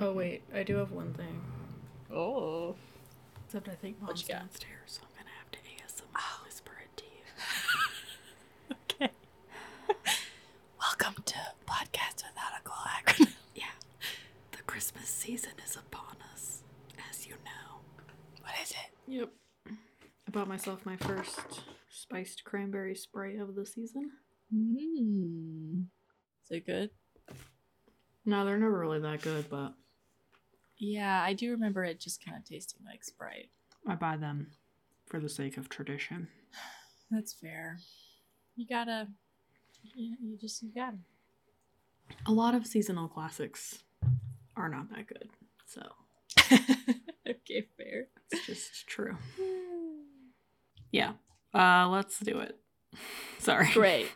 Oh wait, I do have one thing. Oh. Except I think mom's you got? downstairs, so I'm gonna have to ASMR whisper it to you. Okay. Welcome to Podcast Without a Cool Acronym. Yeah. The Christmas season is upon us, as you know. What is it? Yep. I bought myself my first spiced cranberry spray of the season. Mm. Is it good? No, they're never really that good, but Yeah, I do remember it just kind of tasting like Sprite. I buy them for the sake of tradition. That's fair. You gotta. You, you just you gotta. A lot of seasonal classics are not that good, so okay, fair. it's just true. Yeah. Uh, let's do it. Sorry. Great.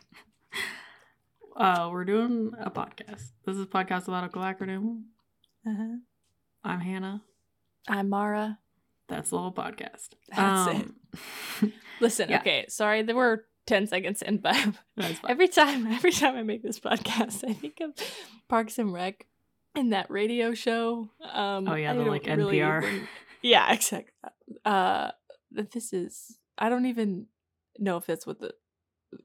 Uh, we're doing a podcast. This is podcast about a cool acronym. Uh-huh. I'm Hannah. I'm Mara. That's the whole podcast. Um, That's it. Listen, Yeah. okay, sorry, there were 10 seconds in, but That's fine. every time, every time I make this podcast, I think of Parks and Rec and that radio show. Um, oh yeah, I the don't like really NPR. even- yeah, exactly. Uh, th- this is, I don't even know if that's what the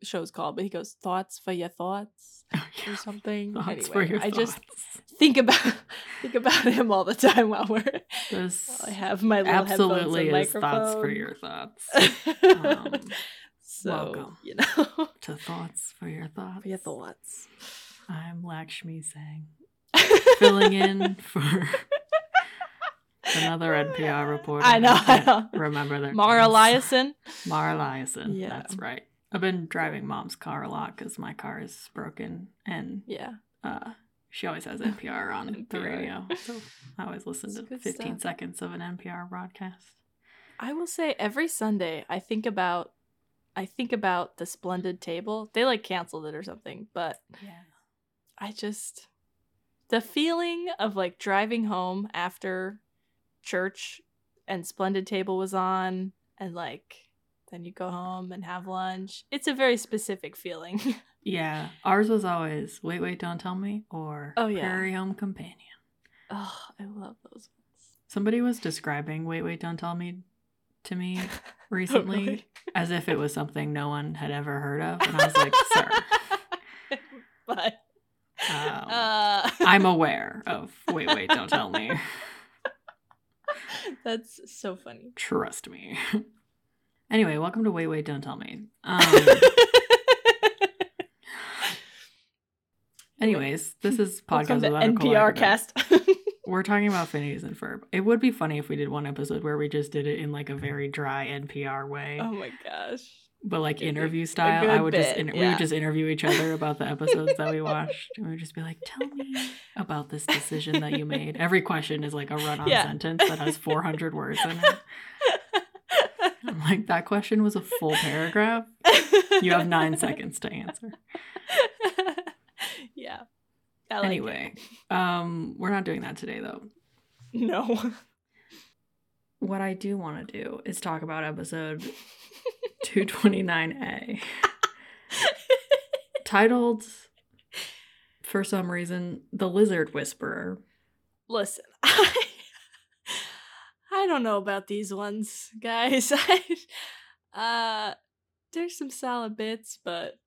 show's called, but he goes, Thoughts for your thoughts Oh, or yeah. something. Thoughts anyway, for your I just thoughts. think about think about him all the time while we're This while I have my little absolutely is headphones and thoughts for microphone. your thoughts. Um, um, so welcome. you know to thoughts for your thoughts. your thoughts I'm Lakshmi Singh, filling in for another NPR reporter. i know, I can't know. Remember their mara names. eliason Mara Liason. Yeah. That's right. I've been driving mom's car a lot because my car is broken and yeah uh, she always has NPR on the NPR. radio. So I always listen It's to good 15 stuff. seconds of an NPR broadcast. i will say every sunday i think about i think about the splendid table they like canceled it or something but Yeah. i just the feeling of like driving home after church and splendid table was on and like then you go home and have lunch it's a very specific feeling Yeah. Ours was always Wait, Wait, Don't Tell Me or Oh, yeah. Prairie Home Companion. oh i love those ones Somebody was describing Wait, Wait, Don't Tell Me to me Oh, recently as if it was something no one had ever heard of. And I was like, sir, but Um, uh, I'm aware of Wait, Wait, Don't Tell Me. that's so funny. Trust me. anyway, welcome to Wait Wait Don't Tell Me. Um, anyways, this is podcast Welcome to about a cool NPR acronym. cast. We're talking about Phineas and Ferb. It would be funny if we did one episode where we just did it in like a very dry NPR way, oh my gosh. but like it'd be interview style. good I would just bit, inter- we yeah. would just interview each other about the episodes that we watched, and we would just be like, "Tell me about this decision that you made." Every question is like a run-on Yeah. sentence that has 400 words in it. I'm like, that question was a full paragraph. You have nine seconds to answer. yeah. I like it. Anyway. Um, we're not doing that today though. No. What I do want to do is talk about episode 229A, titled for some reason The Lizard Whisperer. Listen, I, I don't know about these ones, guys. I, uh, there's some solid bits, but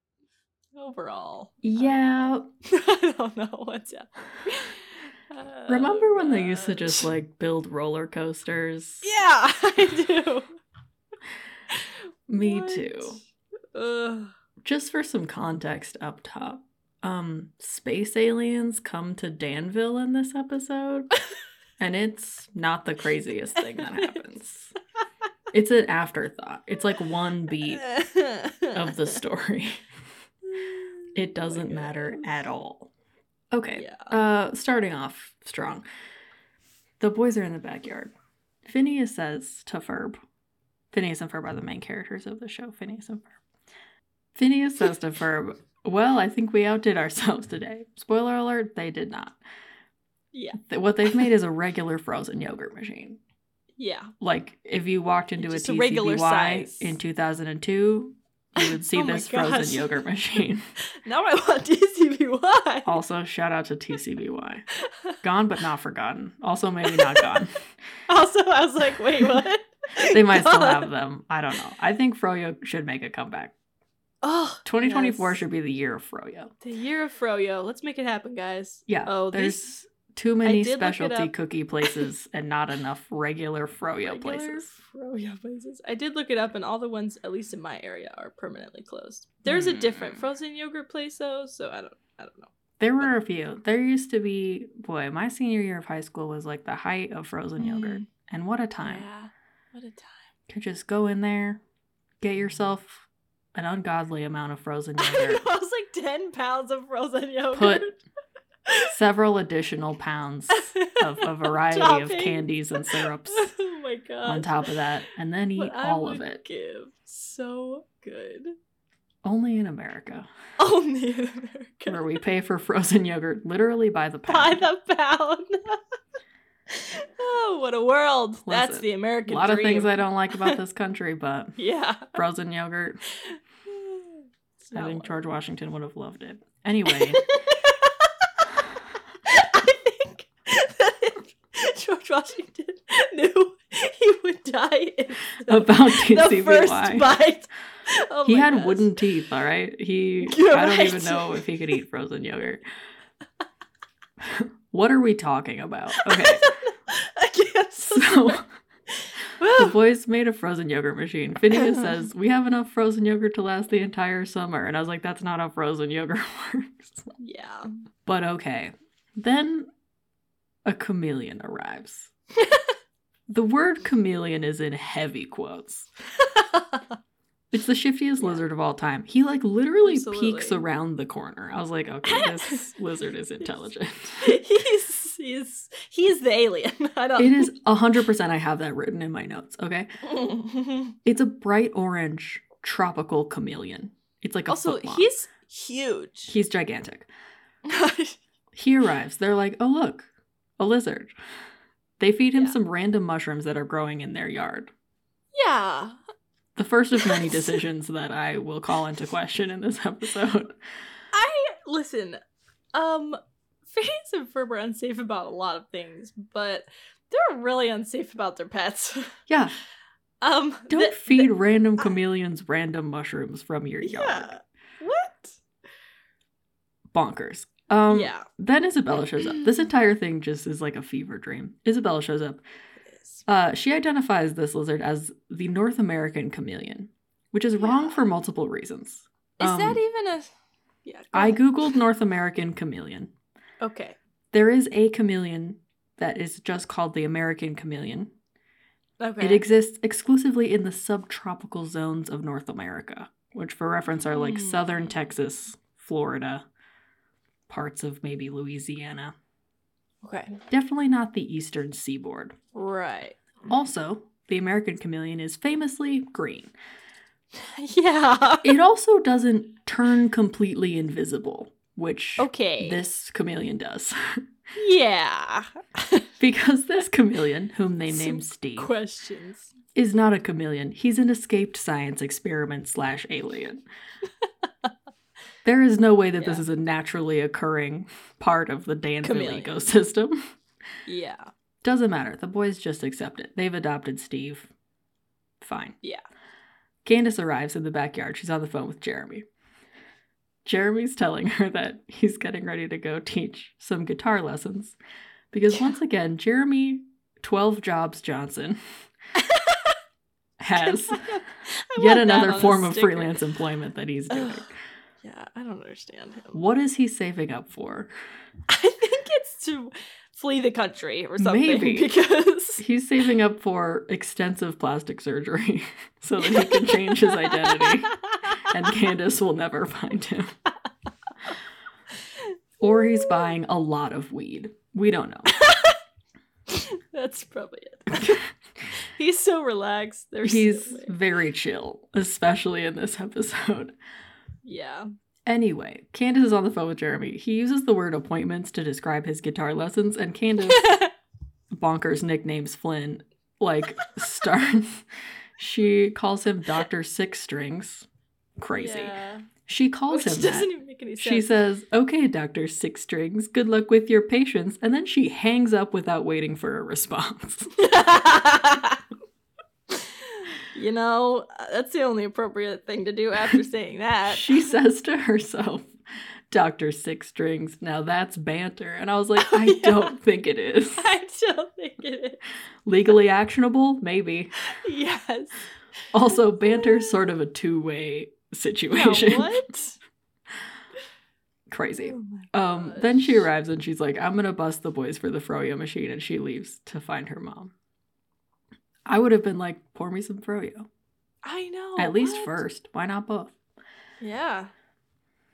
overall, Yeah. I don't know what's up. Uh, Oh, Remember when they used to gosh. just like build roller coasters? Yeah, I do. Me What? too. Ugh. Just for some context up top. Um, space aliens come to Danville in this episode, and it's not the craziest thing that happens. It's an afterthought. It's like one beat of the story. Oh It doesn't matter at all. Okay. Yeah. Uh starting off strong. The boys are in the backyard. Phineas says to Ferb. Phineas and Ferb are the main characters of the show, Phineas and Ferb. Phineas says to Ferb, Well, I think we outdid ourselves today. Spoiler alert, they did not. Yeah. Th- What they've made is a regular frozen yogurt machine. Yeah. Like if you walked into a Just TCBY a regular size. in 2002, you would see Oh my this gosh. frozen yogurt machine. Now I want DCBY. also, shout out to TCBY. Gone but not forgotten. Also, maybe not gone. also, I was like, wait, what? They might still Gone. have them. I don't know. I think Froyo should make a comeback. Oh, 2024 yes. should be the year of Froyo. The year of Froyo. Let's make it happen, guys. Yeah. Oh, there's this too many did look it specialty up. cookie places and not enough regular Froyo regular places. Froyo places. I did look it up, and all the ones, at least in my area, are permanently closed. There's a different Hmm. frozen yogurt place, though, so I don't, I don't know. There were a few. There used to be, boy, my senior year of high school was like the height of frozen yogurt. Mm. And what a time. Yeah. What a time. Could just go in there, get yourself an ungodly amount of frozen I know, yogurt, I was like ten pounds of frozen yogurt. Put several additional pounds of a variety of Topping. candies and syrups oh my god. on top of that, and then eat What I all of would it. Give so good. Only in America, Only in America. where we pay for frozen yogurt literally by the by pound. the pound. oh, what a world! That's Listen, the American a lot of dream. things I don't like about this country, but Yeah. frozen yogurt, It's I not think one. George Washington would have loved it. Anyway. I think that if George Washington knew he would die in about the first TCBY. bite. Oh he my had gosh. wooden teeth, all right? He You're I don't even right. know if he could eat frozen yogurt. what are we talking about? Okay. I guess So the Woo. boys made a frozen yogurt machine. Phineas says, We have enough frozen yogurt to last the entire summer. And I was like, That's not how frozen yogurt works. Yeah. But okay. Then a chameleon arrives. the word chameleon is in heavy quotes. It's the shiftiest Yeah. lizard of all time. He like literally peeks Absolutely. around the corner. I was like, okay, this lizard is intelligent. he's he's he's the alien. I don't it is 100% I have that written in my notes, okay? It's a bright orange tropical chameleon. It's like a also foot long. he's huge. he's gigantic. He arrives. They're like, "Oh, look, a lizard." They feed him Yeah. some random mushrooms that are growing in their yard. yeah. The first of many decisions that I will call into question in this episode. I listen. Um, Phineas and Ferb are unsafe about a lot of things, but they're really unsafe about their pets. Yeah, um, don't th- feed random chameleons random mushrooms from your yard. Yeah. What? bonkers. Um, yeah. Then Isabella shows up. This entire thing just is like a fever dream. Isabella shows up. it is. Uh, she identifies this lizard as the North American chameleon, which is wrong Yeah. for multiple reasons. Is um, that even a? Yeah. go I ahead. googled North American chameleon. Okay. There is a chameleon that is just called the American chameleon. Okay. It exists exclusively in the subtropical zones of North America, which, for reference, are like Hmm. southern Texas, Florida, parts of maybe Louisiana. okay. Definitely not the eastern seaboard. Right. Also, the American chameleon is famously green. Yeah. It also doesn't turn completely invisible, which Okay. this chameleon does. yeah. because this chameleon, whom they named Some Steve, Questions. is not a chameleon. He's an escaped science experiment slash alien. there is no way that this Yeah. is a naturally occurring part of the Danville Chameleon. ecosystem. Yeah. Doesn't matter. The boys just accept it. They've adopted Steve. Fine. Yeah. Candace arrives in the backyard. She's on the phone with Jeremy. Jeremy's telling her that he's getting ready to go teach some guitar lessons because Yeah. once again, Jeremy 12 Jobs Johnson has I want yet that another on a form of sticker. freelance employment that he's doing. Ugh. Yeah, I don't understand him. What is he saving up for? I think it's to flee the country or something Maybe. because He's saving up for extensive plastic surgery so that he can change his identity and Candace will never find him. Or he's buying a lot of weed. We don't know. That's probably it. He's so relaxed. There's no He's way. very chill, especially in this episode. yeah. Anyway, Candace is on the phone with Jeremy. He uses the word appointments to describe his guitar lessons, and Candace bonkers nicknames Flynn like starts. She calls him Dr. Six Strings crazy. Yeah. She calls Which him doesn't that. even make any sense. She says, "Okay, Doctor Six Strings, good luck with your patients," and then she hangs up without waiting for a response. you know, uh, that's the only appropriate thing to do after saying that. she says to herself, Dr. Six Strings, now that's banter. And I was like, I Yeah. don't think it is. I don't think it Legally actionable? Maybe. is. Yes. Also, banter's sort of a two way Now, situation. what? Crazy. Oh my Um, then she gosh. arrives and she's like, I'm going to bust the boys for the Froyo machine. And she leaves to find her mom. I would have been like, pour me some Froyo. I know. At least Oh, what? first. Why not both? Yeah.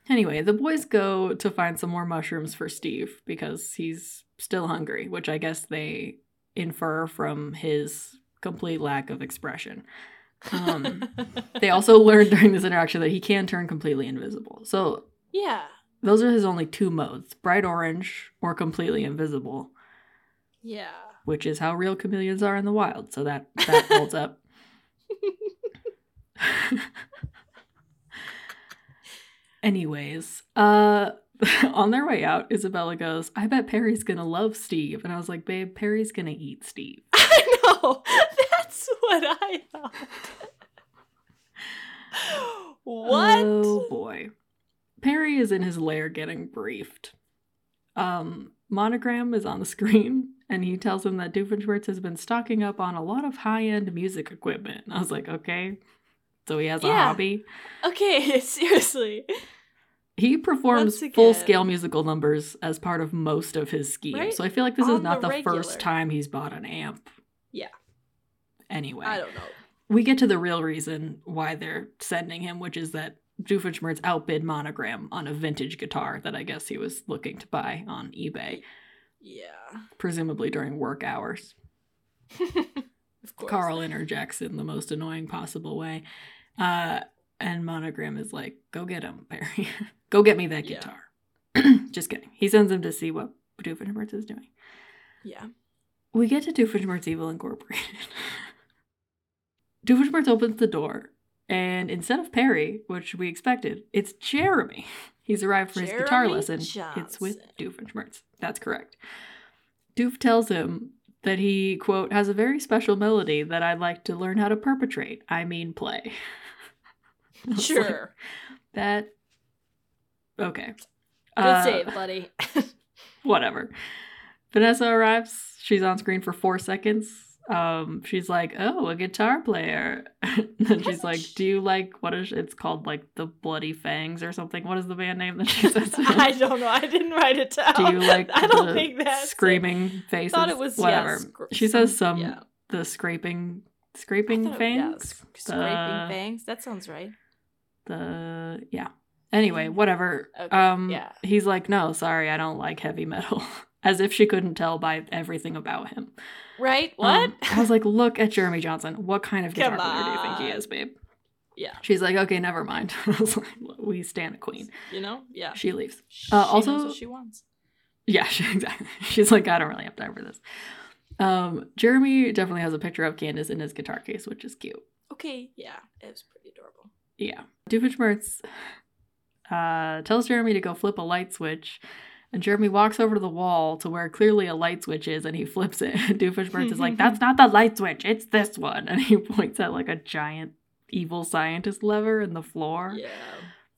Anyway, the boys go to find some more mushrooms for Steve because he's still hungry, which I guess they infer from his complete lack of expression. Um, They also learn during this interaction that he can turn completely invisible. So Yeah. those are his only two modes bright orange or completely invisible, Yeah. which is how real chameleons are in the wild. So that, that holds up. Anyways, uh on their way out, Isabella goes, I bet Perry's gonna love Steve. And I was like, babe, Perry's gonna eat Steve. I know. That's what I thought. what? Oh boy. Perry is in his lair getting briefed. Um, Monogram is on the screen and he tells him that Doofenshmirtz has been stocking up on a lot of high end music equipment. And I was like, okay. So he has a Yeah. hobby. Okay, seriously. He performs Once again. full scale musical numbers as part of most of his scheme. Right? So I feel like this is On not the, the regular. first time he's bought an amp. Yeah. I Anyway, don't know. we get to the real reason why they're sending him, which is that Doofenshmirtz outbid Monogram on a vintage guitar that I guess he was looking to buy on eBay, Yeah. presumably during work hours. of course. Carl interjects in the most annoying possible way. Uh, and Monogram is like, go get him, Barry. go get me that Yeah. guitar. Just kidding. He sends him to see what Doofenshmirtz is doing. Yeah. We get to Doofenshmirtz Evil Incorporated. Doofenshmirtz opens the door, and instead of Perry, which we expected, it's Jeremy. He's arrived for his guitar Jeremy lesson. It's with Johnson. Doofenshmirtz. That's correct. Doof tells him that he, quote, has a very special melody that I'd like to learn how to perpetrate. I mean, play. I was like, Sure. that. Okay. Good Uh, save, buddy. whatever. Vanessa arrives. She's on screen for four seconds. Um, she's like, "Oh, a guitar player." and then she's Hasn't like, she- "Do you like what is it's called like the Bloody Fangs or something? What is the band name that she says?" to him? I don't know. I didn't write it down. Do you like I don't the think that's it. screaming I faces? thought it was yeah, whatever. scr- she says some yeah. the scraping I scraping thought it- yeah, fangs. uh, sc- scraping The- fangs. That sounds right. The yeah. Anyway, whatever. Mm-hmm. Okay, um yeah. he's like, "No, sorry, I don't like heavy metal." As if she couldn't tell by everything about him. Right? What? Um, I was like, look at Jeremy Johnson. What kind of guitar Come player do you think he on. is, babe? Yeah. She's like, okay, never mind. I was like, we stand a queen. you know? Yeah. She leaves. She Uh, knows also- what she wants. Yeah, she, exactly. She's like, I don't really have time for this. Um, Jeremy definitely has a picture of Candace in his guitar case, which is cute. Okay. Yeah. It was pretty adorable. Yeah. Doofenshmirtz uh, tells Jeremy to go flip a light switch, and Jeremy walks over to the wall to where clearly a light switch is, and he flips it. And Doofenshmirtz is like, "That's not the light switch. It's this one." And he points at like a giant evil scientist lever in the floor, Yeah.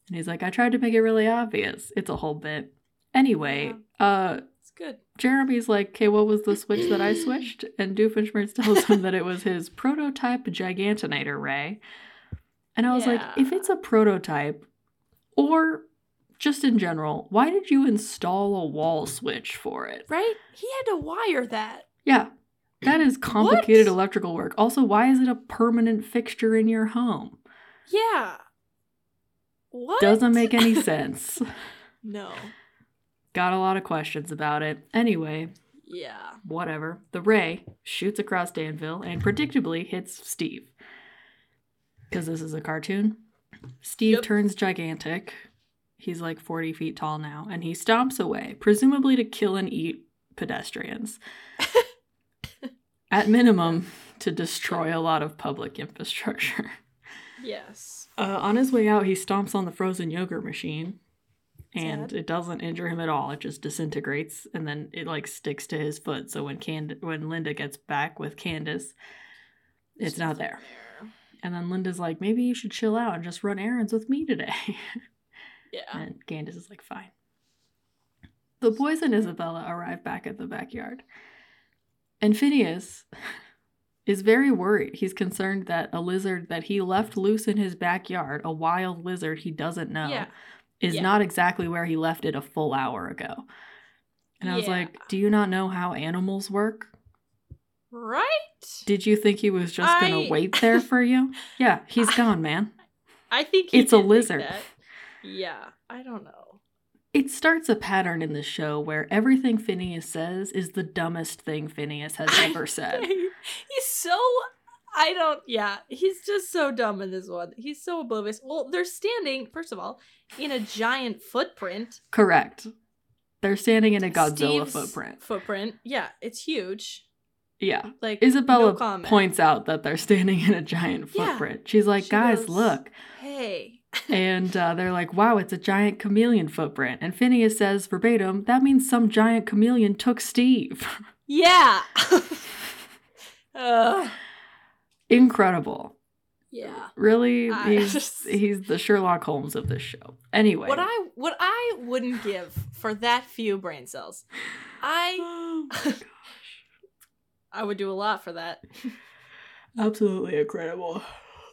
and he's like, "I tried to make it really obvious. It's a whole bit." Anyway, uh, It's good. Jeremy's like, "Okay, what was the switch that I switched?" And Doofenshmirtz tells him that it was his prototype Gigantinator Ray. And I was like, Yeah. "If it's a prototype, or just in general, why did you install a wall switch for it?" Right? He had to wire that. Yeah, that is complicated What? electrical work. Also, why is it a permanent fixture in your home? Yeah. What? Doesn't make any sense. No. Got a lot of questions about it. Anyway, Yeah. whatever. The ray shoots across Danville and predictably hits Steve. Because this is a cartoon. Steve Yep. turns gigantic. He's like 40 feet tall now, and he stomps away, presumably to kill and eat pedestrians. At minimum, to destroy a lot of public infrastructure. Yes. Uh, on his way out, he stomps on the frozen yogurt machine, and Sad. it doesn't injure him at all. It just disintegrates, and then it like sticks to his foot. So when Cand- when Linda gets back with Candace, it's not there. And then Linda's like, maybe you should chill out and just run errands with me today. Yeah. And Candace is like, fine. The boys and Isabella arrive back at the backyard. And Phineas is very worried. He's concerned that a lizard that he left loose in his backyard, a wild lizard he doesn't know, Yeah. is Yeah. not exactly where he left it a full hour ago. And I was Yeah. like, do you not know how animals work? Right? Did you think he was just going I- to wait there for you? Yeah, he's gone, man. I think he It's a did think lizard. that. Yeah. I don't know. It starts a pattern in the show where everything Phineas says is the dumbest thing Phineas has ever said. he's so I don't yeah, he's just so dumb in this one. He's so oblivious. Well, they're standing, first of all, in a giant footprint. Correct. They're standing in a Godzilla Steve's footprint. Footprint. Yeah, it's huge. Yeah. Like Isabella no comment. points out that they're standing in a giant Yeah. footprint. She's like, She guys, goes- look. Hey. And uh, they're like, wow, it's a giant chameleon footprint. And Phineas says verbatim, that means some giant chameleon took Steve. Yeah. Ugh. Incredible. yeah. Really, I he's, just- he's the Sherlock Holmes of this show. Anyway. What I what I wouldn't give for that few brain cells. I Oh my gosh. I would do a lot for that. Absolutely incredible.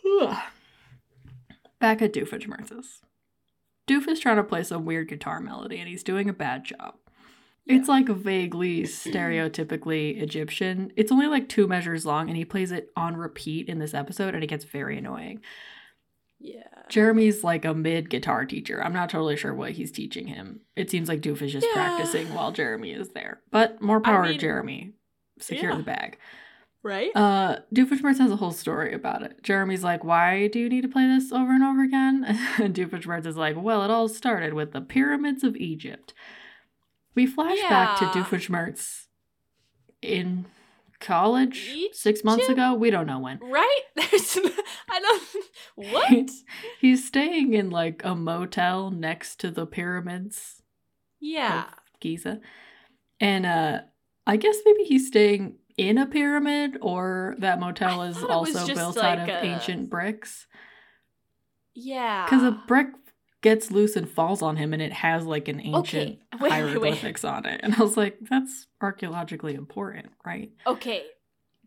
Ugh. Back at Doofenshmirtz's. Doof is trying to play some weird guitar melody and he's doing a bad job. It's like vaguely stereotypically Egyptian. It's only like two measures long and he plays it on repeat in this episode and it gets very annoying. Yeah. Jeremy's like a mid guitar teacher. I'm not totally sure what he's teaching him. It seems like Doof is just Yeah. practicing while Jeremy is there. But more power to mean- Jeremy. Secure the Yeah. bag. Right? Uh, Doofenshmirtz has a whole story about it. Jeremy's like, "Why do you need to play this over and over again?" And Doofenshmirtz is like, "Well, it all started with the pyramids of Egypt." We flash back to Yeah. Doofenshmirtz in college six Egypt? months ago. We don't know when. right? There's I don't what? He's staying in like a motel next to the pyramids Yeah. of Giza, and uh, I guess maybe he's staying. In a pyramid, or that motel is thought it was also just built out of like a- Ah. ancient bricks. Yeah. Because a brick gets loose and falls on him, and it has like an ancient Okay. Wait, wait, wait. hieroglyphics on it. And I was like, that's archaeologically important, right? Okay.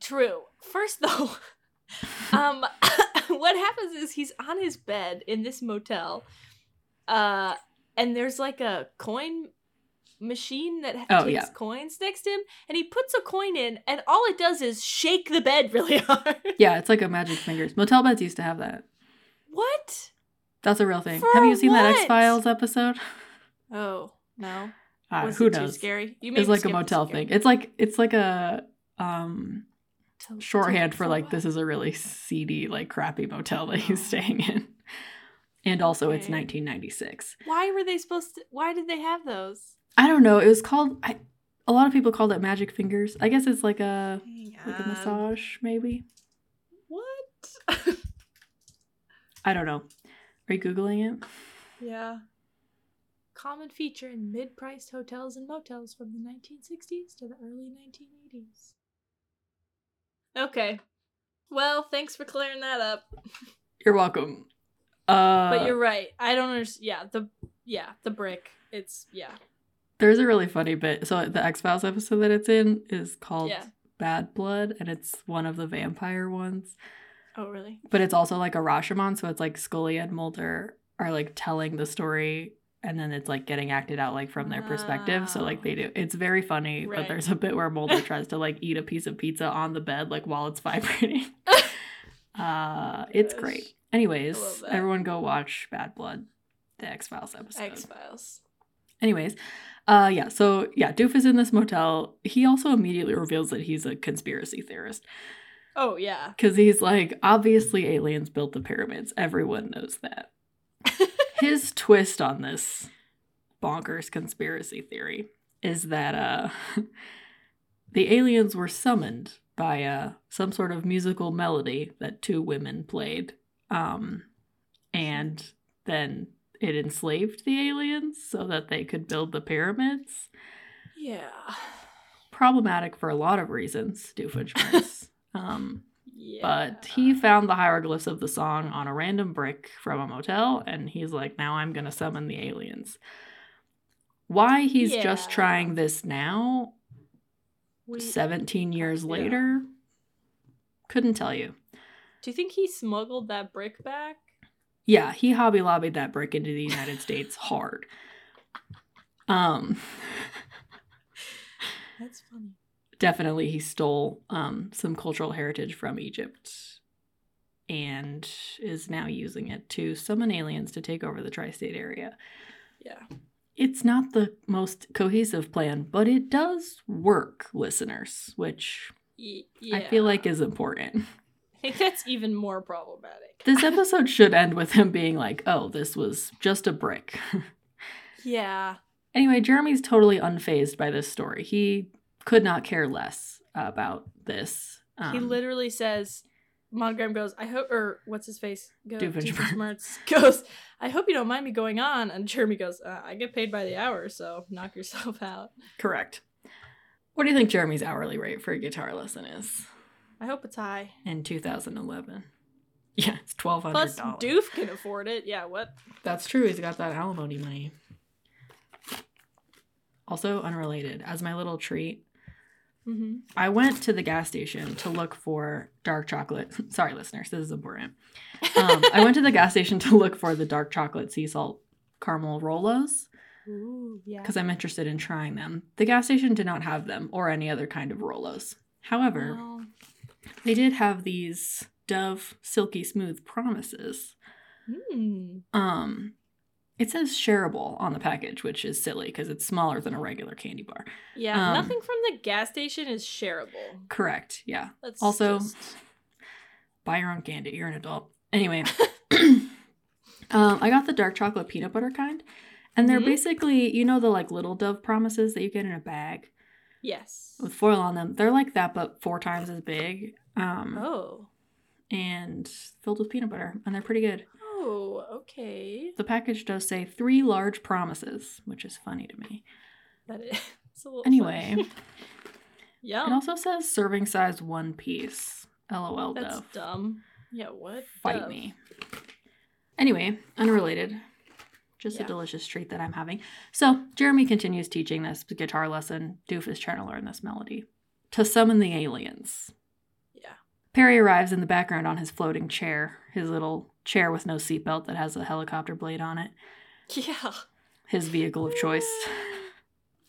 True. First though, um what happens is he's on his bed in this motel. Uh and there's like a coin machine that ha- Oh, takes yeah. coins next to him and he puts a coin in and all it does is shake the bed really hard. yeah, it's like a magic fingers. Motel beds used to have that. What? That's a real thing. For have you seen that what? X Files episode? Oh, no. Uh, Was who it too knows? scary? You It's made like a skip the motel scary. thing. It's like it's like a um To- shorthand to- for like this is a really seedy, like crappy motel that he's staying in. And also, it's Okay. 1996. Why were they supposed to? Why did they have those? I don't know. It was called. I, a lot of people called it magic fingers. I guess it's like a like Um, a massage, maybe. What? I don't know. Are you googling it? yeah. Common feature in mid-priced hotels and motels from the 1960s to the early 1980s. Okay. Well, thanks for clearing that up. You're welcome. Uh, But you're right. I don't understand. Yeah, the yeah the brick. It's yeah. there's a really funny bit. So the X Files episode that it's in is called Yeah. Bad Blood, and it's one of the vampire ones. Oh really? But it's also like a Rashomon, so it's like Scully and Mulder are like telling the story, and then it's like getting acted out like from their perspective. So like Wow. they do. It's very funny. But Right. there's a bit where Mulder tries to like eat a piece of pizza on the bed like while it's vibrating. Uh, it's Oh Gosh. great. Anyways, I love that. everyone go watch Bad Blood, the X Files episode. X Files. Anyways, uh, yeah. So yeah, Doof is in this motel. He also immediately reveals that he's a conspiracy theorist Oh yeah. because he's like, obviously aliens built the pyramids. Everyone knows that. His twist on this bonkers conspiracy theory is that uh, the aliens were summoned by uh, some sort of musical melody that two women played. Um, and then it enslaved the aliens so that they could build the pyramids. Yeah. Problematic for a lot of reasons, Doofenshmirtz. um, Yeah. but he found the hieroglyphs of the song on a random brick from a motel, and he's like, now I'm going to summon the aliens. Why he's just Yeah. trying this now, We- 17 years Yeah. later, couldn't tell you. Do you think he smuggled that brick back? Yeah, he hobby lobbied that brick into the United States hard. Um, That's funny. definitely he stole um, some cultural heritage from Egypt and is now using it to summon aliens to take over the tri state area. Yeah. It's not the most cohesive plan, but it does work, listeners, which Y- yeah. I feel like is important. I think that's even more problematic. This episode should end with him being like, oh, this was just a brick. yeah. Anyway, Jeremy's totally unfazed by this story. He could not care less about this. he Um, literally says, Monogram goes, I hope, or what's his face? Go, Doofenshmirtz. Doofenshmirtz goes, I hope you don't mind me going on. And Jeremy goes, uh, I get paid by the hour, so knock yourself out. Correct. What do you think Jeremy's hourly rate for a guitar lesson is I hope it's high. in 2011? Yeah, it's twelve hundred Plus, dollars. Doof can afford it. Yeah, what? That's true. He's got that alimony money. Also unrelated, as my little treat, Mm-hmm. I went to the gas station to look for dark chocolate. Sorry, listeners, this is important. Um, I went to the gas station to look for the dark chocolate sea salt caramel Rolos. Ooh, yeah. because I'm interested in trying them. The gas station did not have them or any other kind of Rolos. However, Well, they did have these Dove Silky Smooth Promises. hmm. Um, it says shareable on the package, which is silly because it's smaller than a regular candy bar. Yeah, Um, nothing from the gas station is shareable. Correct. Yeah. That's Also- just- Buy your own candy. You're an adult. Anyway, um, I got the dark chocolate peanut butter kind, and they're Mhm. basically, you know, the like little Dove promises that you get in a bag yes. with foil on them. They're like that, but four times as big. Um, Oh. and filled with peanut butter, and they're pretty good. Oh, okay. The package does say three large promises, which is funny to me. That is it's a little Anyway, funny. it yeah, also says serving size one piece. LOL, that's Dove. dumb. Yeah, what? Fight Dove? me. Anyway, unrelated. Just a Yeah. delicious treat that I'm having. So, Jeremy continues teaching this guitar lesson. Doof is trying to learn this melody. To summon the aliens. Yeah. Perry arrives in the background on his floating chair, his little chair with no seatbelt that has a helicopter blade on it. Yeah. his vehicle of choice.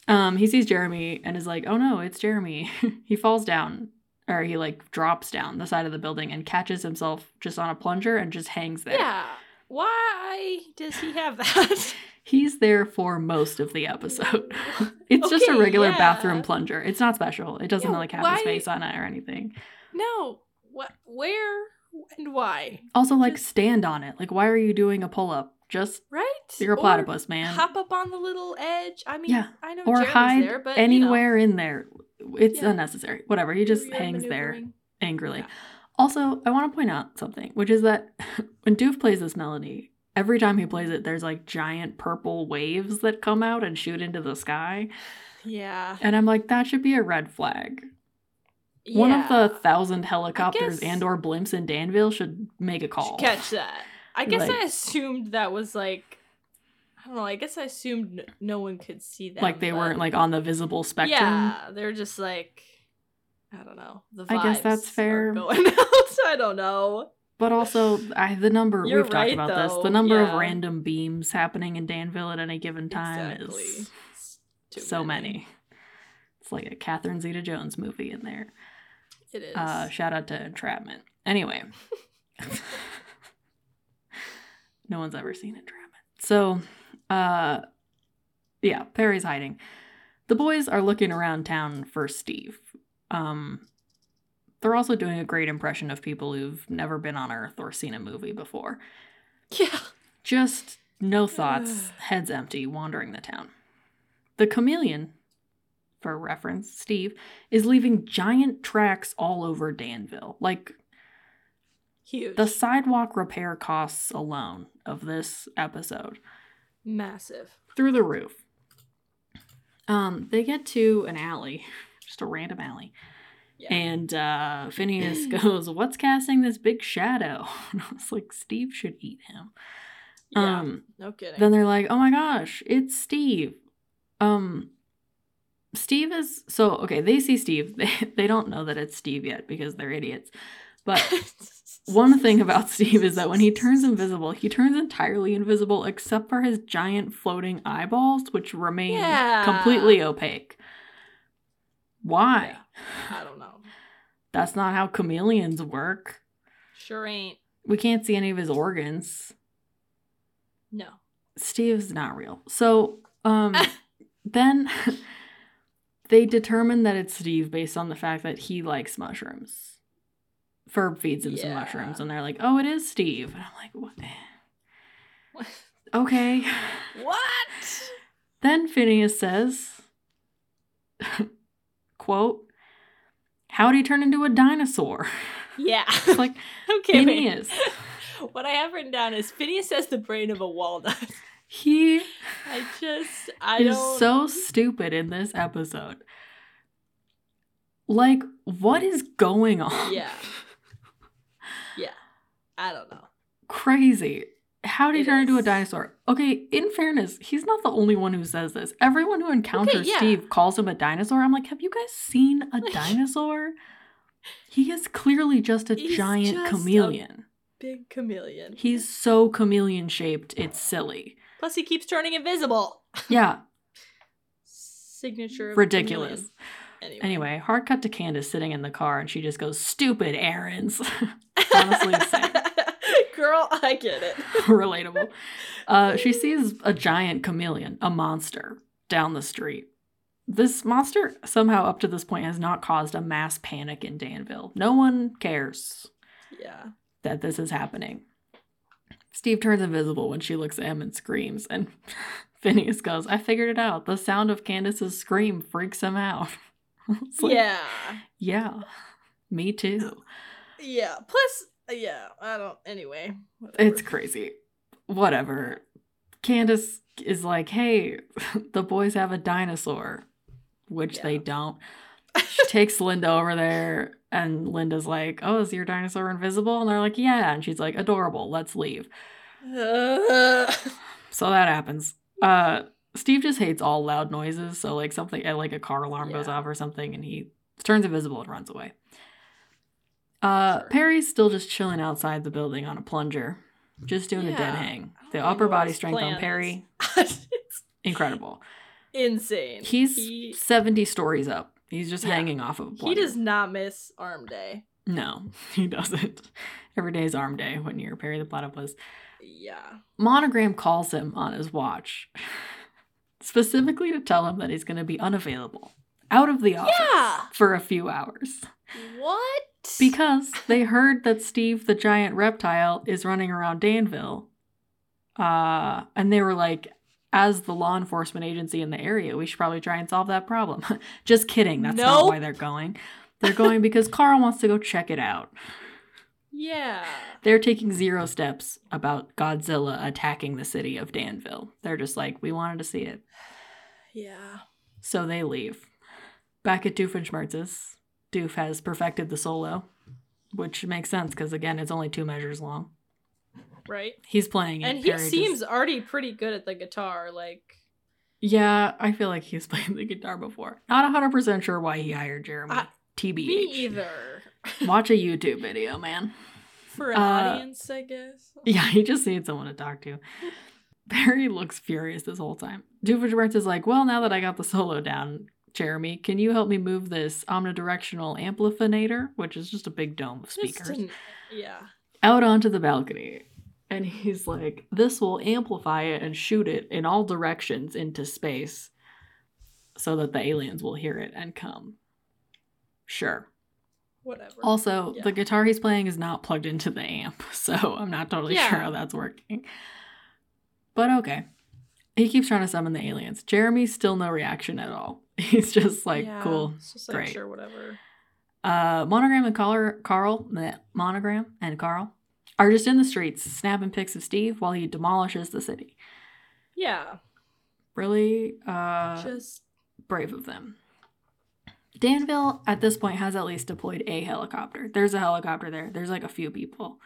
Um, he sees Jeremy and is like, "Oh no, it's Jeremy!" he falls down, or he like drops down the side of the building and catches himself just on a plunger and just hangs there. Yeah. Why does he have that? He's there for most of the episode. it's just a Okay, regular yeah. bathroom plunger. It's not special. It doesn't Yeah, like have his why- face on it or anything. no. What? Where? And why? Also, like Just- stand on it. Like, why are you doing a pull up? Just Right? you're a Or platypus, man. Hop up on the little edge. I mean, Yeah. I know or Jeremy's hide there, but you know, anywhere in there. It's Yeah. unnecessary. Whatever. He just you're hangs there. maneuvering. angrily. Yeah. Also, I want to point out something, which is that when Doof plays this melody, every time he plays it, there's like giant purple waves that come out and shoot into the sky. Yeah. And I'm like, that should be a red flag. One of Yeah. the thousand helicopters guess- and or blimps in Danville should make a call. Should catch that. I guess Like- I assumed that was like, I don't know. I guess I assumed n- no one could see that. Like they weren't like on the visible spectrum. Yeah, they're just like, I don't know. The I guess vibes that's are fair. Going out. I don't know. But also, I, the number You're we've right, talked about this, though. the number of Yeah. random beams happening in Danville at any given time is It's too so many. It's like a Catherine Zeta Jones movie in there. It is. Uh, shout out to Entrapment. Anyway, no one's ever seen Entrapment. So, uh, yeah, Perry's hiding. The boys are looking around town for Steve. Um, they're also doing a great impression of people who've never been on Earth or seen a movie before. yeah. Just no thoughts, heads empty, wandering the town. The chameleon, for reference, Steve, is leaving giant tracks all over Danville. Like, Huge. The sidewalk repair costs alone of this episode Massive. through the roof. Um, they get to an alley, just a random alley, Yeah. and uh, Phineas goes, "What's casting this big shadow?" And I was like, "Steve should eat him." yeah. Um, no kidding. then they're like, "Oh my gosh, it's Steve." Um, Steve is so okay. They see Steve. They they don't know that it's Steve yet because they're idiots, but. One thing about Steve is that when he turns invisible, he turns entirely invisible except for his giant floating eyeballs, which remain Yeah. completely opaque. Why? Yeah. I don't know. That's not how chameleons work. Sure ain't. We can't see any of his organs. No. Steve's not real. So, um, then they determine that it's Steve based on the fact that he likes mushrooms. Ferb feeds him some Yeah. mushrooms, and they're like, "Oh, it is Steve." And I'm like, "What? Okay." what? Then Phineas says, quote, How'd he turn into a dinosaur? Yeah. It's like, okay. wait. Phineas, What I have written down is Phineas has the brain of a walnut. he I just I is don't so stupid in this episode. Like, what is going on? Yeah. Yeah. I don't know. Crazy. How'd he It turn into a is. dinosaur? Okay, in fairness, he's not the only one who says this. Everyone who encounters yeah. Steve calls him a dinosaur. I'm like, have you guys seen a Like- dinosaur? He is clearly just a He's giant just a chameleon. Big chameleon. He's so chameleon shaped, it's silly. plus he keeps turning invisible. Yeah, Signature of a ridiculous. chameleon. Anyway, hard cut to Candace sitting in the car and she just goes, stupid errands. honestly insane. Girl, I get it. Relatable. Uh, she sees a giant chameleon, a monster, down the street. This monster, somehow up to this point, has not caused a mass panic in Danville. No one cares Yeah. that this is happening. Steve turns invisible when she looks at him and screams, and Phineas goes, I figured it out. The sound of Candace's scream freaks him out. It's like, yeah. Yeah. Me too. Yeah. Plus yeah, I don't anyway. whatever. It's crazy. Whatever. Candace is like, hey, the boys have a dinosaur, which they Yeah. don't. She takes Linda over there, and Linda's like, oh, is your dinosaur invisible? And they're like, yeah. And she's like, adorable, let's leave. Uh, So that happens. Uh, Steve just hates all loud noises. So like something, uh, like a car alarm goes Yeah. off or something, and he turns invisible and runs away. Uh, Sure. Perry's still just chilling outside the building on a plunger, just doing a dead Yeah. hang. I don't The really upper know what body his strength plan on is. Perry, it's incredible. insane. He's he, seventy stories up. He's just Yeah. hanging off of. A he plunger. does not miss arm day. No, he doesn't. Every day is arm day when you're Perry the platypus. Yeah. Monogram calls him on his watch, specifically to tell him that he's going to be unavailable, out of the office Yeah. for a few hours, What? because they heard that Steve the giant reptile is running around Danville. Uh, and they were like, as the law enforcement agency in the area, we should probably try and solve that problem. Just kidding. That's not why Nope. they're going. They're going because Carl wants to go check it out. Yeah. They're taking zero steps about Godzilla attacking the city of Danville. They're just like, we wanted to see it. Yeah. So they leave. Back at Doofenshmirtz's, Doof has perfected the solo, which makes sense because, again, it's only two measures long. Right. He's playing it. and he Perry just- seems already pretty good at the guitar. Like, Yeah, I feel like he's played the guitar before. Not 100% sure why he hired Jeremy. I- me TBH. either. Watch a YouTube video, man. For an Uh, audience, I guess. Yeah, he just needs someone to talk to. Barry looks furious this whole time. Doofenshmirtz is like, well, now that I got the solo down, Jeremy, can you help me move this omnidirectional amplifinator, which is just a big dome of Just speakers, an- yeah. out onto the balcony? And he's like, this will amplify it and shoot it in all directions into space so that the aliens will hear it and come. Sure. Whatever. Also, Yeah. the guitar he's playing is not plugged into the amp, so I'm not totally Yeah. sure how that's working. But okay. He keeps trying to summon the aliens. Jeremy's still no reaction at all. He's just like, Yeah, cool. It's just like, great. sure, whatever. Uh, Monogram and Carl, Carl bleh, Monogram and Carl are just in the streets, snapping pics of Steve while he demolishes the city. Yeah. Really uh, just brave of them. Danville at this point has at least deployed a helicopter. There's a helicopter there. There's like a few people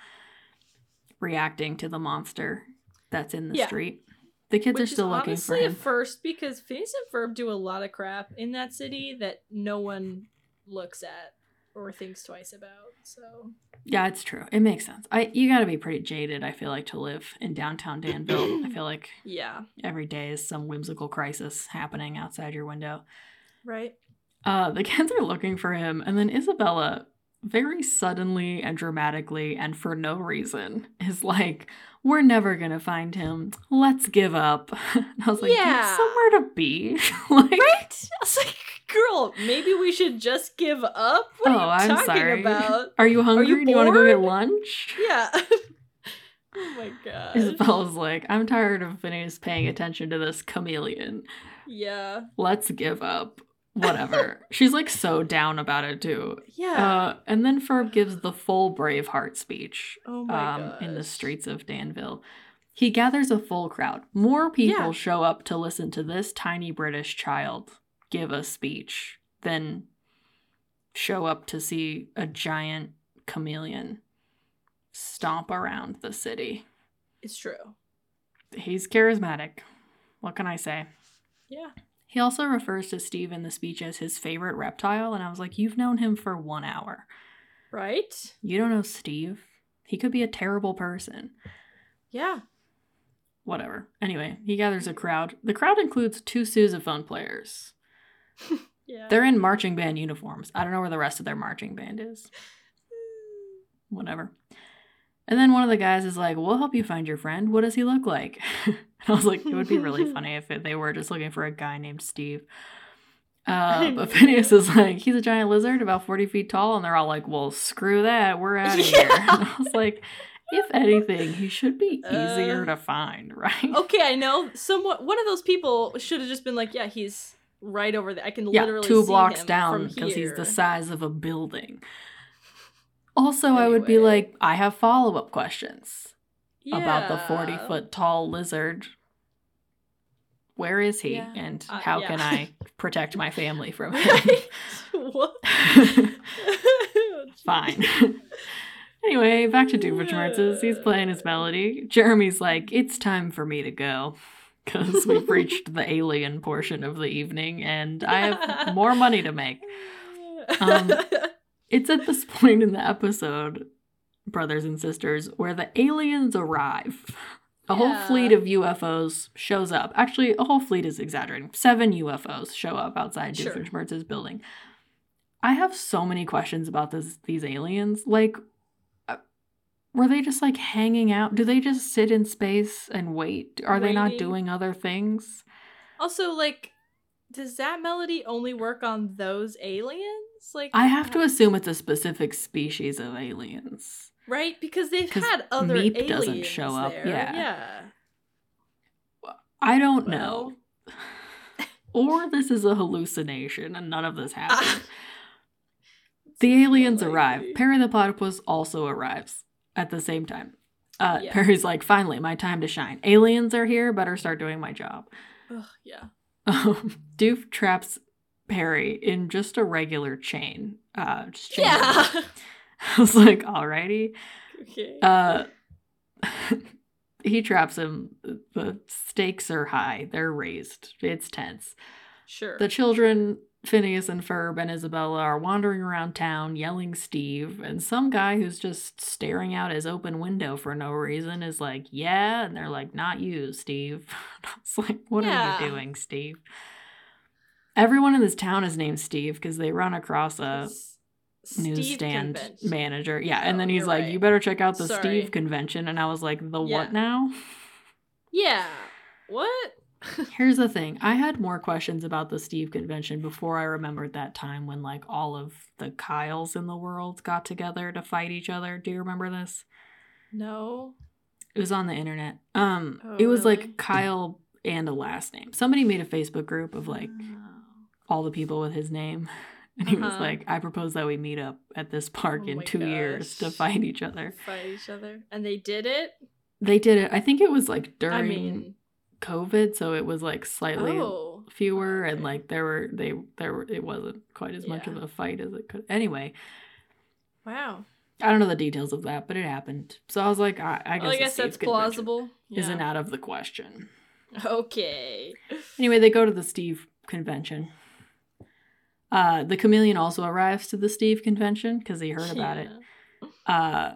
reacting to the monster that's in the Yeah. street. The kids which are still is looking for honestly a him. first because Phineas and Ferb do a lot of crap in that city that no one looks at or thinks twice about. So yeah, it's true. It makes sense. I you got to be pretty jaded. I feel like to live in downtown Danville. I feel like yeah, every day is some whimsical crisis happening outside your window. right. Uh, the kids are looking for him, and then Isabella, very suddenly and dramatically and for no reason, is like, "We're never gonna find him. Let's give up." And I was like, Yeah. "That's somewhere to be." like, I was like, girl, maybe we should just give up. What Oh, are you I'm talking sorry. about? are you hungry? you Do you want to go get bored?" lunch? Yeah. oh my god. Isabella's like, "I'm tired of Phineas paying attention to this chameleon. Yeah. Let's give up." Whatever. She's like so down about it too. Yeah. Uh, and then Ferb gives the full Braveheart speech oh my um, in the gosh. streets of Danville. He gathers a full crowd. More people Yeah. show up to listen to this tiny British child give a speech than show up to see a giant chameleon stomp around the city. It's true. He's charismatic. What can I say? Yeah. He also refers to Steve in the speech as his favorite reptile, and I was like, You've known him for one hour. Right? You don't know Steve. He could be a terrible person. Yeah. Whatever. Anyway, he gathers a crowd. The crowd includes two sousaphone players. Yeah. They're in marching band uniforms. I don't know where the rest of their marching band is. Whatever. And then one of the guys is like, We'll help you find your friend. What does he look like? and I was like, It would be really funny if they were just looking for a guy named Steve. Uh, but Phineas is like, He's a giant lizard about 40 feet tall. And they're all like, Well, screw that. We're out of here. Yeah. And I was like, If anything, he should be easier Uh, to find, right? Hmm. Okay, I know. Somewhat one of those people should have just been like, yeah, he's right over there. I can yeah, literally two see blocks him down from because he's the here." size of a building. Also, I would be Anyway. like, I have follow up questions about the 40 Yeah. foot tall lizard. Where is he? Yeah. And Uh, how yeah. can I protect my family from him? Right? what? Oh, geez. Fine. anyway, back to Doofenshmirtz's. He's playing his melody. Jeremy's like, it's time for me to go. Because we've reached the alien portion of the evening and I have more money to make. Um, It's at this point in the episode, brothers and sisters, where the aliens arrive. A whole Yeah. fleet of UFOs shows up. Actually, a whole fleet is exaggerating. Seven UFOs show up outside Sure. Doofenshmirtz's building. I have so many questions about this, these aliens. Like, uh, were they just like hanging out? Do they just sit in space and wait? Are they not Waiting. doing other things? also, like, does that melody only work on those aliens? Like, I have to assume it's a specific species of aliens. right because they've 'cause had other Meep aliens doesn't show up, there. yeah. yeah. I don't know. Well. or this is a hallucination and none of this happened. Seems Uh, the aliens unlikely. arrive. Perry the platypus also arrives at the same time. Uh, Yeah. Perry's like, finally, my time to shine. Aliens are here. Better start doing my job. Ugh, yeah. Um, Doof traps Perry in just a regular chain. Uh, just chain Yeah. link. I was like, alrighty. okay. Uh, he traps him. The stakes are high. They're raised. It's tense. sure. The children, Phineas and Ferb and Isabella, are wandering around town yelling Steve, and some guy who's just staring out his open window for no reason is like, Yeah, and they're like, Not you, Steve. It's like, What are Yeah. you doing, Steve? Everyone in this town is named Steve because they run across a S- newsstand convention. manager. Yeah, and Oh, then he's you're like, right. You better check out the Sorry. Steve convention. And I was like, The Yeah. what now? Yeah. What? Here's the thing. I had more questions about the Steve convention before I remembered that time when like all of the Kyles in the world got together to fight each other. Do you remember this? No. It was on the internet. Um Oh, it was really? like Kyle and a last name. Somebody made a Facebook group of like Oh. all the people with his name And he was Uh-huh. like, I propose that we meet up at this park Oh in my two years to gosh. fight each other. Fight each other. And they did it? They did it. I think it was like during I mean, COVID, so it was like slightly oh. fewer and okay. like there were they there were it wasn't quite as much Yeah. of a fight as it could anyway Wow. i don't know the details of that but it happened so i was like i, I guess, well, I it's guess that's Steve's good venture. plausible. isn't out of the question Okay. anyway they go to the steve convention uh the chameleon also arrives to the steve convention because he heard about it Yeah. uh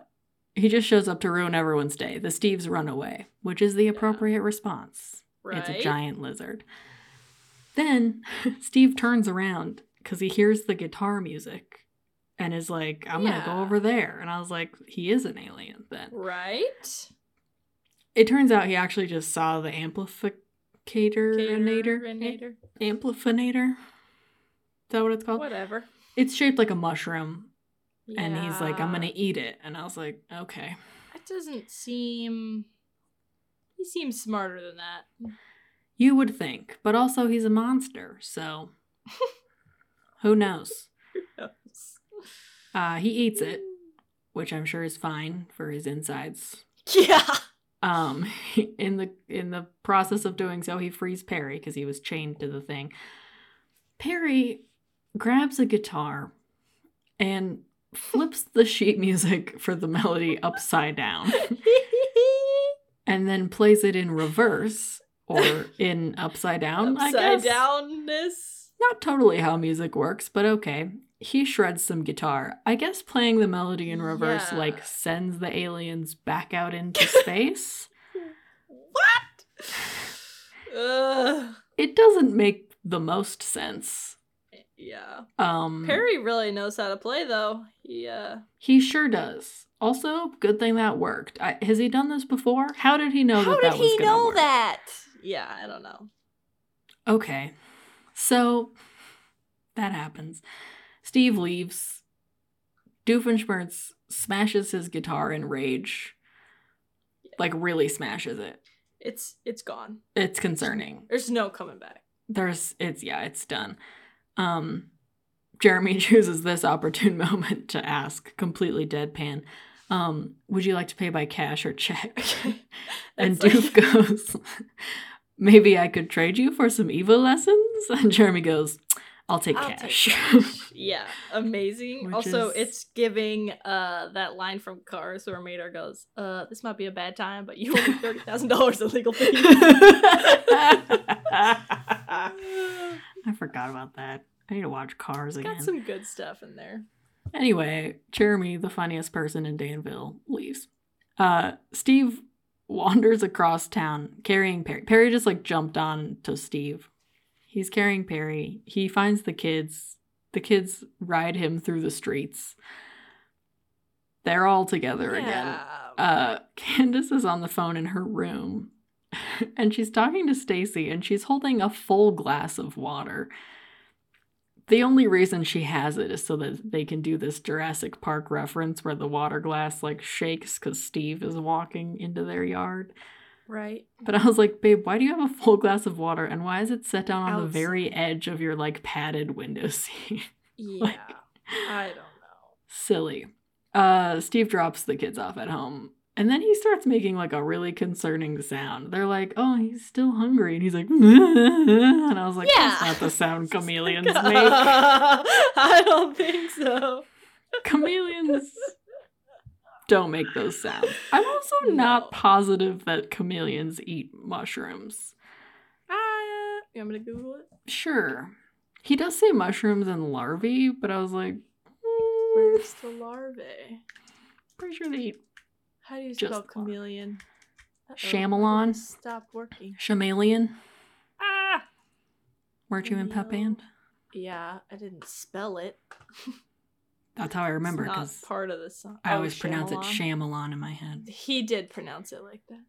he just shows up to ruin everyone's day the steves run away which is the appropriate response Right. It's a giant lizard. Then Steve turns around because he hears the guitar music and is like, I'm going to Yeah. go over there. And I was like, he is an alien then. Right? It turns out he actually just saw the amplificator. Amplifinator? Renator. Amplifinator? Is that what it's called? Whatever. It's shaped like a mushroom. Oh. And he's like, I'm going Yeah. to eat it. And I was like, okay. That doesn't seem. He seems smarter than that. You would think. But also, he's a monster. So who knows? Uh, he eats it. which I'm sure is fine for his insides. Yeah. Um, in the in the process of doing so, he frees Perry because he was chained to the thing. Perry grabs a guitar and flips the sheet music for the melody upside down, and then plays it in reverse or in upside down. I Upside guess. downness. Not totally how music works, but okay. He shreds some guitar. I guess playing the melody in reverse Yeah. like sends the aliens back out into space. What? Ugh. It doesn't make the most sense. Yeah. Um Perry really knows how to play, though. uh, Yeah. he sure does. Also, good thing that worked. I, has he done this before? How did he know how that did that was he gonna know work? that? Yeah, I don't know. Okay. So that happens. Steve leaves. Doofenshmirtz smashes his guitar in rage. Like really smashes it. It's it's gone. It's concerning. There's no coming back. There's it's yeah, it's done. Um Jeremy chooses this opportune moment to ask completely deadpan, um, would you like to pay by cash or check? And That's Doof like- goes, Maybe I could trade you for some Eva lessons? And Jeremy goes, I'll take I'll take cash. cash. yeah, amazing. Which also, is- it's giving uh that line from Cars where Mater goes, "Uh, this might be a bad time, but you owe me thirty thousand dollars in legal fees." I forgot about that. I need to watch Cars again. Got some good stuff in there. Anyway, Jeremy, the funniest person in Danville, leaves. Uh, Steve wanders across town carrying Perry. Perry just like jumped on to Steve. He's carrying Perry. He finds the kids. The kids ride him through the streets. They're all together again. Uh, Candace is on the phone in her room and she's talking to Stacy and she's holding a full glass of water. The only reason she has it is so that they can do this Jurassic Park reference where the water glass like shakes because Steve is walking into their yard. right. But I was like, babe, why do you have a full glass of water and why is it set down on the Outside. very edge of your like padded window seat? Yeah, I don't know. silly. Uh, Steve drops the kids off at home. And then he starts making like a really concerning sound. They're like, "Oh, he's still hungry," and he's like, and I was like, "That's Yeah. not the sound chameleons make. I don't think so. Chameleons don't make those sounds." I'm also No. not positive that chameleons eat mushrooms. Ah, I'm gonna Google it. Sure, he does say mushrooms and larvae, but I was like, mm, Where's the larvae? pretty sure they eat How do you Just spell the water. chameleon? Uh-oh, Shyamalan. Google Stop working. chameleon. Ah! Weren't you in Pep Band? Yeah, I didn't spell it. That's how I remember it's not because part of the song. I Oh, always pronounce it Shyamalan. Shyamalan in my head. He did pronounce it like that.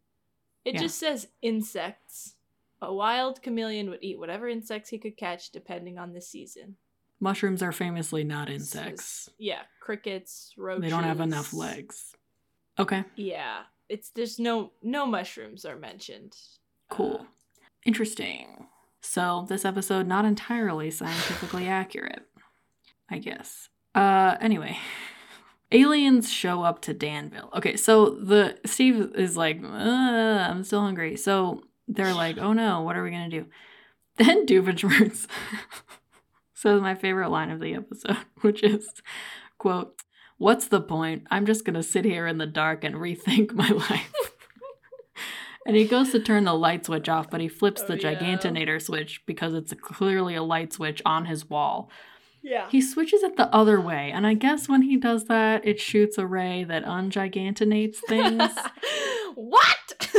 It Yeah. just says insects. A wild chameleon would eat whatever insects he could catch depending on the season. Mushrooms are famously not It says- insects. Yeah, crickets, roaches. They don't have enough legs. Okay, Yeah, it's there's no no mushrooms are mentioned. Uh. cool. Interesting. So, this episode not entirely scientifically accurate. I guess. Uh anyway. Aliens show up to Danville. Okay, so the Steve is like, "Uh, I'm still hungry. So they're like, oh no, what are we gonna do? Then Doofenshmirtz says my favorite line of the episode, which is, quote, What's the point? I'm just gonna sit here in the dark and rethink my life. and he goes to turn the light switch off, but he flips the Oh, yeah. gigantinator switch because it's clearly a light switch on his wall. Yeah. He switches it the other way, and I guess when he does that, it shoots a ray that ungigantinates things. what?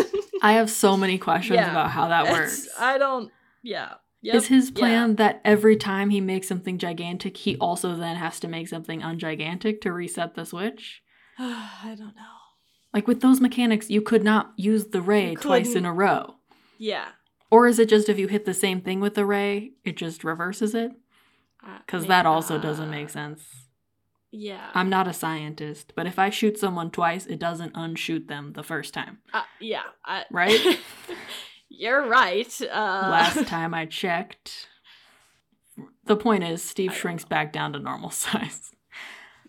I have so many questions Yeah. about how that works. It's- I don't. Yeah. Yep. Is his yeah. plan that every time he makes something gigantic, he also then has to make something ungigantic to reset the switch? I don't know. Like with those mechanics, you could not use the ray You twice in couldn't. a row. Yeah. Or is it just if you hit the same thing with the ray, it just reverses it? Because that also doesn't make sense. Uh, Yeah. I'm not a scientist, but if I shoot someone twice, it doesn't unshoot them the first time. Uh, yeah. I, Right? you're right. Uh, Last time I checked. The point is, Steve I don't shrinks know. back down to normal size.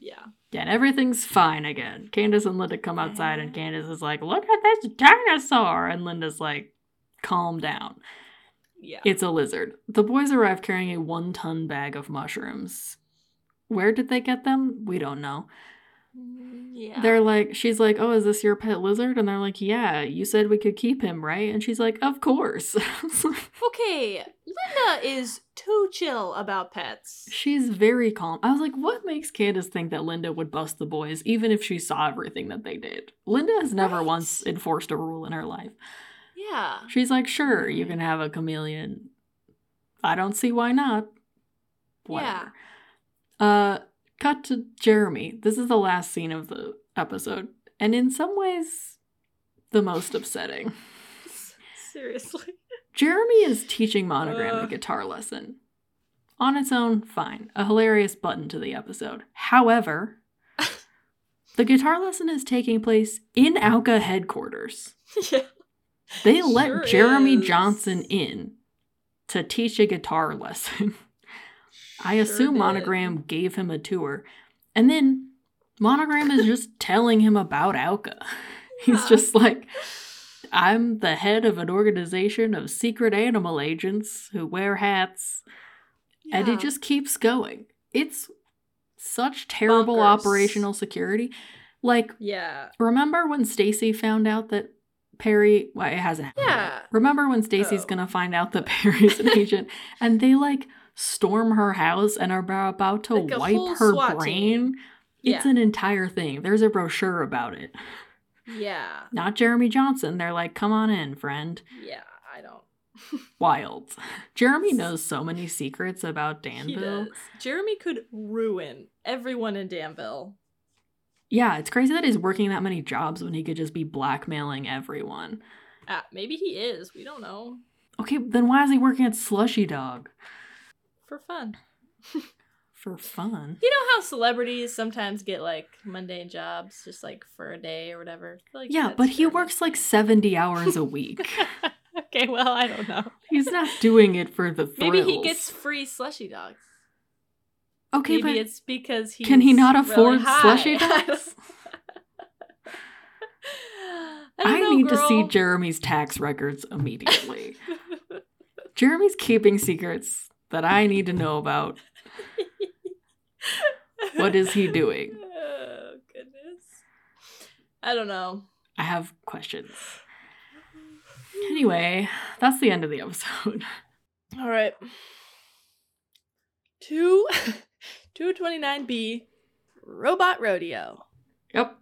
Yeah. And everything's fine again. Candace and Linda come outside, and Candace is like, Look at this dinosaur! And Linda's like, Calm down. Yeah. It's a lizard. The boys arrive carrying a one ton bag of mushrooms. Where did they get them? We don't know. Mm, yeah. They're like, She's like, Oh, is this your pet lizard? And they're like, Yeah, you said we could keep him, right? And she's like, Of course. I was like, okay. Linda is too chill about pets. She's very calm. I was like, what makes Candace think that Linda would bust the boys, even if she saw everything that they did? Linda has never Right. once enforced a rule in her life. Yeah. She's like, sure, you can have a chameleon. I don't see why not. Whatever. Uh, cut to Jeremy. This is the last scene of the episode, and in some ways, the most upsetting. Seriously. Jeremy is teaching Monogram a Ugh. guitar lesson. On its own, fine. A hilarious button to the episode. However, the guitar lesson is taking place in Alka headquarters. yeah. They let Sure Jeremy is. Johnson in to teach a guitar lesson. I Sure assume did. Monogram gave him a tour. And then Monogram is just telling him about Alka. He's Yeah. just like, I'm the head of an organization of secret animal agents who wear hats. And Yeah. it just keeps going. It's such terrible Bonkers. operational security. Like, Yeah. remember when Stacy found out that Perry, well, it hasn't happened. yet. Yeah. Remember when Stacy's Oh. gonna find out that Perry's an agent and they like storm her house and are about- about to Like a full wipe her SWAT team. brain? Yeah. It's an entire thing. There's a brochure about it. yeah. Not Jeremy Johnson. They're like, come on in, friend. Yeah. I don't. Wild. Jeremy knows so many secrets about Danville. He does. Jeremy could ruin everyone in Danville. Yeah, it's crazy that he's working that many jobs when he could just be blackmailing everyone. Uh, maybe he is. We don't know. Okay, then why is he working at Slushy Dog? For fun. For fun. You know how celebrities sometimes get like mundane jobs just like for a day or whatever? I feel like Yeah, that's but he Jeremy. works like 70 hours a week. okay, well, I don't know. He's not doing it for the thrills. Maybe he gets free slushy dogs. Okay, Maybe but it's because he can he not afford slushy dogs? I, I, don't know, need to see girl. Jeremy's tax records immediately. Jeremy's keeping secrets that I need to know about. What is he doing? Oh goodness. I don't know. I have questions. Anyway, that's the end of the episode. All right. Two 229B Robot Rodeo. Yep.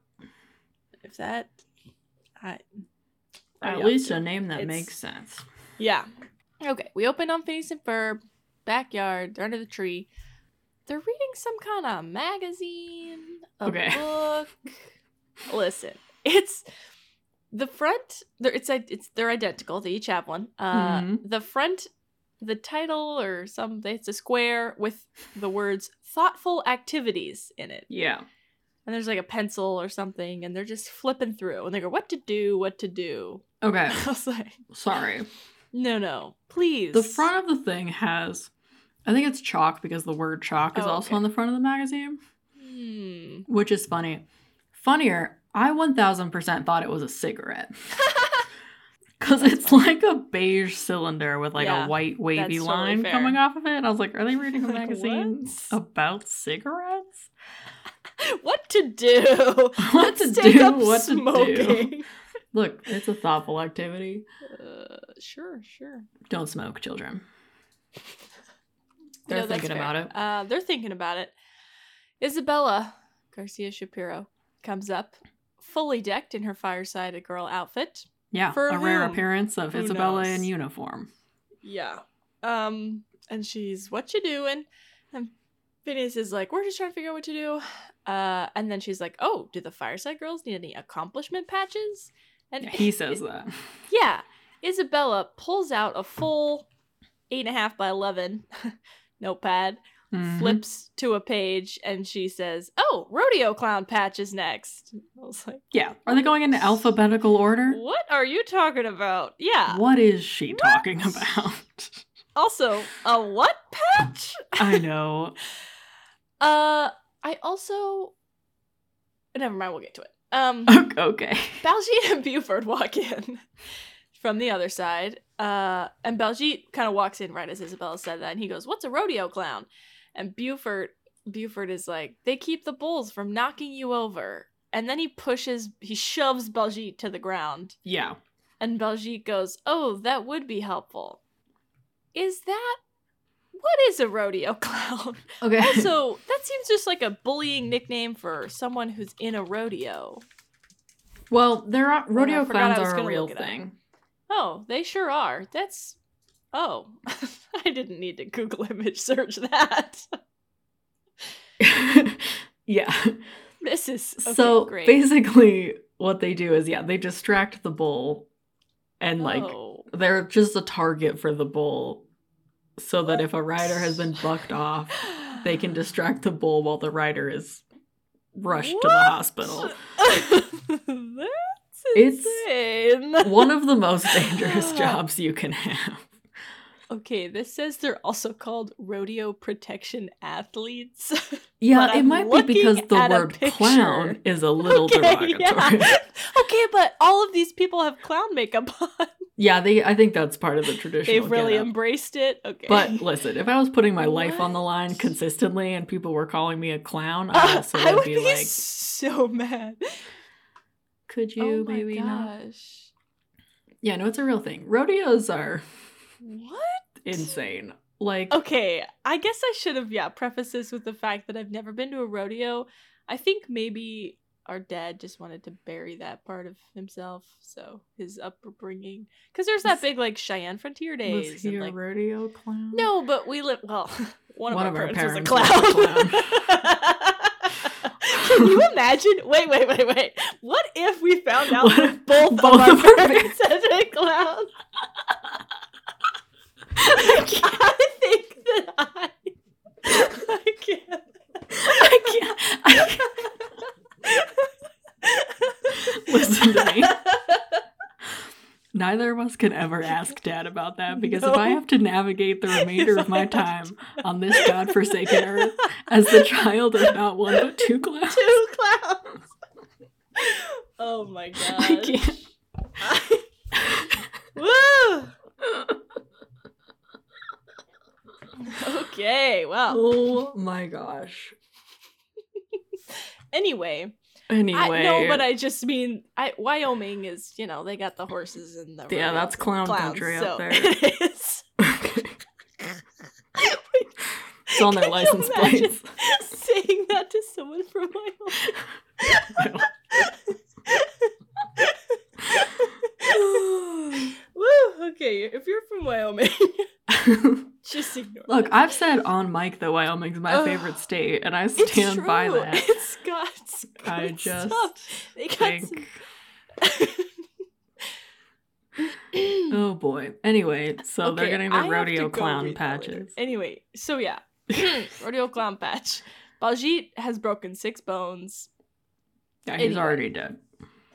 If that I At Yeah. least a name that It's- makes sense. Yeah. Okay, we open on Phineas and Ferb, backyard, they're under the tree. They're reading some kind of magazine, a Okay. book. Listen, it's the front. They're, it's i- it's they're identical. They each have one. Uh, Mhm. The front, the title or some. It's a square with the words "thoughtful activities" in it Yeah. and there's like a pencil or something, and they're just flipping through, and they go, "What to do? What to do?" Okay. I was like, Sorry. "No, no, please." The front of the thing has I think it's chalk because the word chalk is Oh, also okay. on the front of the magazine, Hmm. which is funny. Funnier, I 1000% thought it was a cigarette. Because That's it's funny. like a beige cylinder with like Yeah, a white that's wavy totally line fair. coming off of it. And I was like, are they reading a Like, magazine what? about cigarettes? what to do? What Let's to take do, up what to do. smoking. Look, it's a thoughtful activity. Uh, sure, sure. Don't smoke, children. No, They're that's thinking fair. about it. Uh, they're thinking about it. Isabella Garcia Shapiro comes up, fully decked in her fireside girl outfit. Yeah, For a rare whom? appearance of Who Isabella knows? in uniform. Yeah. Um, and she's, "What you doing?" And Phineas is like, "We're just trying to figure out what to do." Uh, and then she's like, "Oh, do the fireside girls need any accomplishment patches?" And Yeah, he says that. Yeah. Isabella pulls out a full eight and a half by eleven notepad, Mhm. flips to a page, and she says, Oh, rodeo clown patch is next. I was like, Yeah. Are they going in alphabetical order? What are you talking about? Yeah. What is she What? talking about? Also, a what patch? I know. Uh I also never mind, we'll get to it. Um Ok- okay. Baljeet and Buford walk in from the other side. Uh, and Baljeet kind of walks in right as Isabella said that, and he goes, "What's a rodeo clown?" And Buford, Buford is like, "They keep the bulls from knocking you over." And then he pushes, he shoves Baljeet to the ground, Yeah. and Baljeet goes, "Oh, that would be helpful." Is that what is a rodeo clown? Okay. also, that seems just like a bullying nickname for someone who's in a rodeo. well, there are rodeo I forgot I clowns was are a gonna real look it up. thing. Oh, they sure are. That's oh, I didn't need to Google image search that. yeah. This is okay, so great. basically, what they do is, yeah, they distract the bull, and like Oh. they're just a target for the bull, so that if a rider has been bucked off, they can distract the bull while the rider is rushed to the What? hospital. That's It's- insane. One of the most dangerous jobs you can have. okay, this says they're also called rodeo protection athletes. Yeah, But it I'm might be because looking the at a word clown picture. is a little okay, derogatory. yeah. Yeah. okay, but all of these people have clown makeup on. they I think that's part of the tradition. They've really embraced it. Okay, But listen, if I was putting my life on the What? line consistently and people were calling me a clown, I also I would, would be, be, like, so mad. could oh you maybe not? gosh. Yeah, no, it's a real thing. Rodeos are What? insane. Like Okay, I guess I should have yeah prefaced this with the fact that I've never been to a rodeo. I think maybe our dad just wanted to bury that part of himself, so his upbringing. Because there's that Was- big like Cheyenne Frontier was Days. he and, a like, rodeo clown? no, but we live well. One, One of, our, parents, was a was a clown. Can you imagine? Wait, wait, wait, wait. What if we found out What that both, both of our of our parents had a clown? I think that I, I can't. I can't. I can't. Listen to me. Neither of us can ever ask dad about that because if I No. have to navigate the remainder of my If I have time on this godforsaken earth as the child of not one but two clowns, Two clowns. Oh my god. I can't. Woo! Okay, well. Oh my gosh. Anyway, Anyway. I know, but I just mean I, Wyoming is, you know, they got the horses and the Yeah, rodeo that's clown clowns, country so up there. It is. it's on their Can you license imagine plates. Saying that to someone from Wyoming. Woo! Okay, if you're from Wyoming, just ignore. Look, that. I've said on mic that Wyoming's my Ugh. favorite state, and I It's stand true. by that. It's got. it's I good just stuff. They got think. some- Oh boy. Anyway, so Oh, they're Okay, getting I their have to rodeo go clown read that later. patches. Anyway, so yeah, rodeo clown patch. Baljeet has broken six bones, Yeah, he's Anyway. already dead.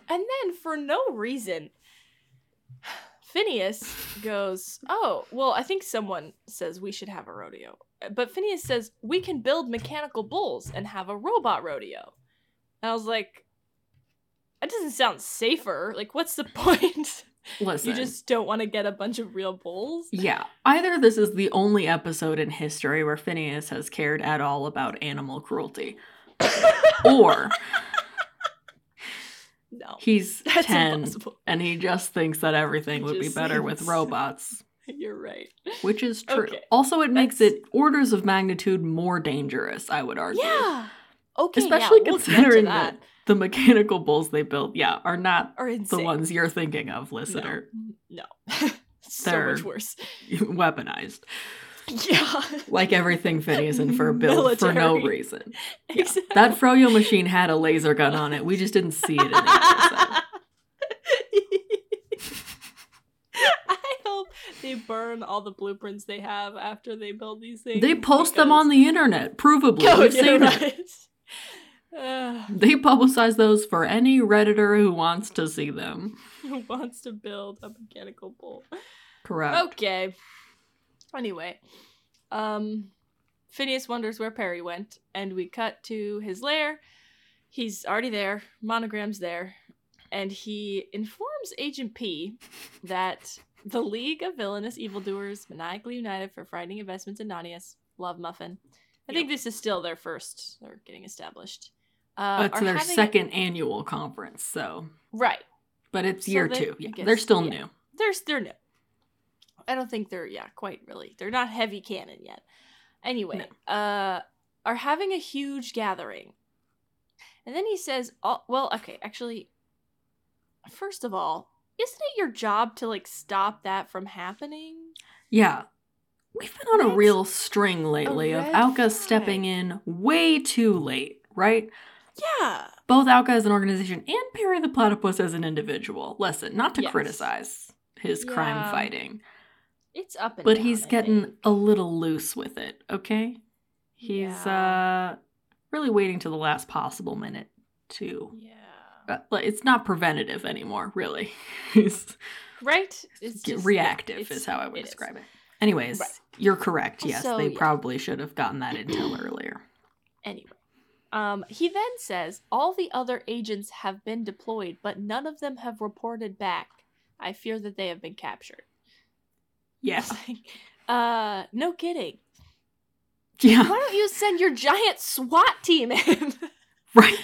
and then for no reason, Phineas goes, Oh, well, I think someone says we should have a rodeo. But Phineas says, We can build mechanical bulls and have a robot rodeo. And I was like, That doesn't sound safer. Like, what's the point? Listen. you just don't want to get a bunch of real bulls? Yeah. Either this is the only episode in history where Phineas has cared at all about animal cruelty, or No. he's That's 10 impossible. and he just thinks that everything He would be just better with thinks- robots, You're right. which is true. Okay. Also, it makes That's- it orders of magnitude more dangerous, I would argue. Yeah. Okay. Especially yeah, we'll get to considering that. that the mechanical bulls they built, yeah, are not Or the insane. ones you're thinking of, listener. No. no. so They're- much worse. Weaponized. Yeah. Like everything Phineas and Ferb built for no Military. reason. Yeah. That Froyo machine had a laser gun on it. We just didn't see it in the episode. I hope they burn all the blueprints they have after they build these things. They post them on the internet, provably. because- We've Oh, Yeah, seen it. right. Ugh, They publicize those for any Redditor who wants to see them. who wants to build a mechanical bull? Correct. Okay. Anyway, um, Phineas wonders where Perry went, and we cut to his lair. He's already there. Monogram's there, and he informs Agent P that the League of Villainous Evildoers, maniacally united for frightening investments in Nanius, love Muffin. I think this is still their first. They're getting established. Uh, That's are Oh, their having a- second annual conference, so. right. But it's So year they- two. I Yeah, guess- they're still yeah. new. they're they're new. I don't think they're yeah quite really. They're not heavy canon yet. Anyway, uh, are having a huge gathering, and then he says, "Oh, well, okay, actually, first of all, isn't it your job to like stop that from happening?" Yeah. We've been on a That's real string lately of Oh, red Alka flag. stepping in way too late, right? Yeah, Both Alka as an organization and Perry the Platypus as an individual. Listen, not to Yes. criticize his crime Yeah. fighting, it's up and but down, he's I getting think. a little loose with it, okay? He's Yeah. uh really waiting to the last possible minute to yeah uh, like, it's not preventative anymore, really. He's right. It's Get just- reactive it's- is how I would it is. describe it. Anyways, Right. you're correct. Yes, So, they yeah. probably should have gotten that intel earlier. Anyway, um, he then says all the other agents have been deployed, but none of them have reported back. I fear that they have been captured. Yeah. Like, uh, no kidding. Why Yeah. don't you send your giant SWAT team in? The Right.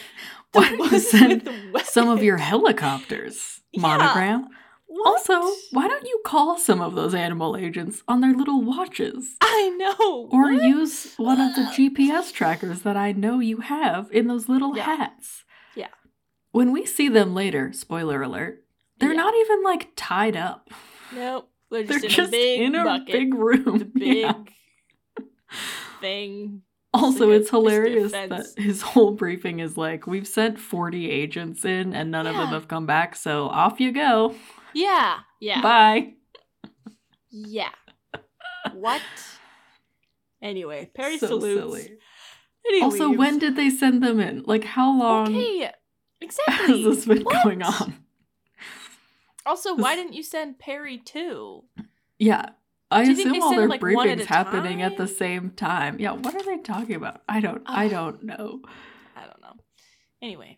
Why don't you ones send with the some of your weapons. helicopters, Yeah. Monogram? What? Also, why don't you call some of those animal agents on their little watches? I know. Or what? use one of the GPS trackers that I know you have in those little Yeah. hats. Yeah. When we see them later, spoiler alert, they're Yeah. not even like tied up. Nope. They're They're just, in, a big bucket. big room. the big Yeah. thing. Also, like a- it's hilarious just a that fence. his whole briefing is like, we've sent 40 agents in and none of them Yeah. have come back, so off you go. Yeah. Yeah. Bye. Yeah. What? Anyway, Perry So salutes. silly. and he Also, leaves. when did they send them in? Like, how long Okay, exactly. has this been What? going on? Also, why didn't you send Perry too? Yeah. I Do you think assume they all send their them, like, one at briefings a happening at the time? Ah. same time. Yeah, what are they talking about? I don't I Ugh. don't know. I don't know. Anyway,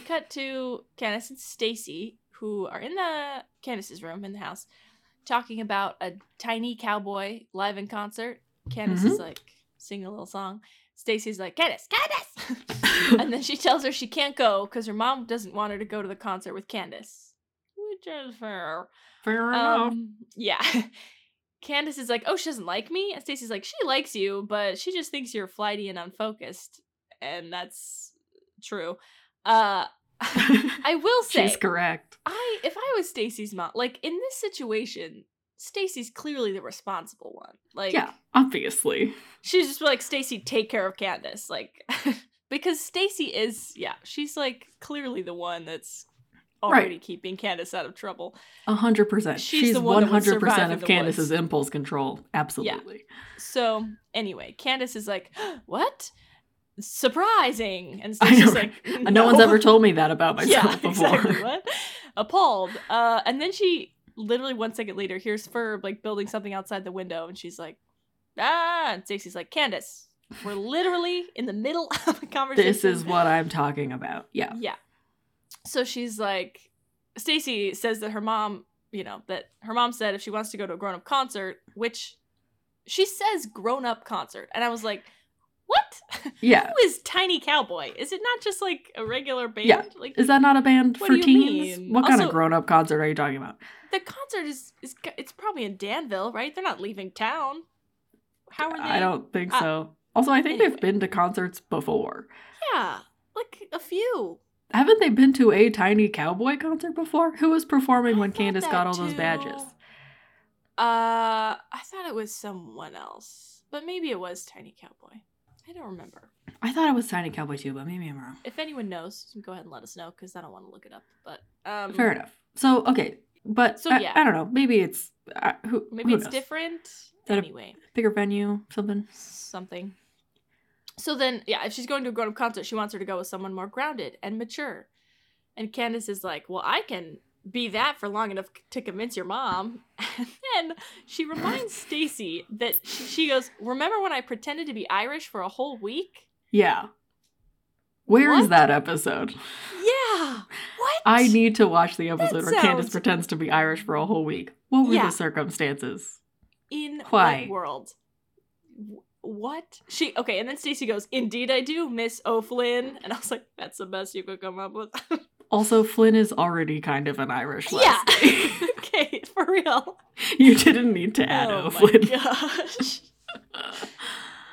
cut to Candace and Stacy, who are in the Candace's room in the house, talking about a tiny cowboy live in concert. Candace Mm-hmm. is like singing a little song. Stacy's like, Candace, Candace! and then she tells her she can't go because her mom doesn't want her to go to the concert with Candace. Which is fair. Fair enough. Um, yeah. Candace is like, oh, she doesn't like me. And Stacy's like, she likes you, but she just thinks you're flighty and unfocused. And that's true. Uh, I will say, She's correct. I if I was Stacy's mom, like in this situation, Stacy's clearly the responsible one. Like, yeah, obviously. she's just like, Stacy, take care of Candace. Like, because Stacy is, yeah, she's like clearly the one that's Right. already keeping Candace out of trouble. A hundred percent. She's She's the one one that would hundred survive percent in of the Candace's woods. impulse control. Absolutely. So anyway, Candace is like, "What? Surprising!" And I know, Stacy's like, And no. one's ever told me that about myself yeah, before. exactly. What? Appalled. Uh, and then she literally one second later hears Ferb like building something outside the window, and she's like, ah, and Stacy's like, Candace, we're literally in the middle of a conversation. This is what I'm talking about. Yeah. Yeah. So she's like, Stacy says that her mom, you know, that her mom said if she wants to go to a grown up concert, which she says grown up concert. And I was like, what? Yeah. Who is Tiny Cowboy? Is it not just like a regular band? Yeah. Like Is that not a band What for do you teens? mean? What kind of Also- grown up concert are you talking about? the concert is, is it's probably in Danville, right? They're not leaving town. How are they? I don't think uh, so. Also, I think anyway. they've been to concerts before. Yeah, like a few. Haven't they been to a Tiny Cowboy concert before? Who was performing I when thought Candace that got all those too. badges? Uh, I thought it was someone else, but maybe it was Tiny Cowboy. I don't remember. I thought it was Tiny Cowboy too, but maybe I'm wrong. If anyone knows, go ahead and let us know because I don't want to look it up. But um, Fair enough. So okay, but So, I, yeah. I don't know. Maybe it's uh, who maybe who it's knows? different. That a- anyway, Bigger venue, something. something. So then, yeah, if she's going to a grown-up concert, she wants her to go with someone more grounded and mature. And Candace is like, "Well, I can be that for long enough c- to convince your mom." And then she reminds Stacy that she, she goes, "Remember when I pretended to be Irish for a whole week?" Yeah. Where is What? that episode? Yeah. What? I need to watch the That episode where Candace sounds- pretends to be Irish for a whole week. What were Yeah. the circumstances? in Why? what world? Wh- What she? Okay, and then Stacy goes, "Indeed, I do, Miss O'Flynn," and I was like, "That's the best you could come up with." Also, Flynn is already kind of an Irish yeah. last name. okay, for real. you didn't need to add oh O'Flynn. my gosh.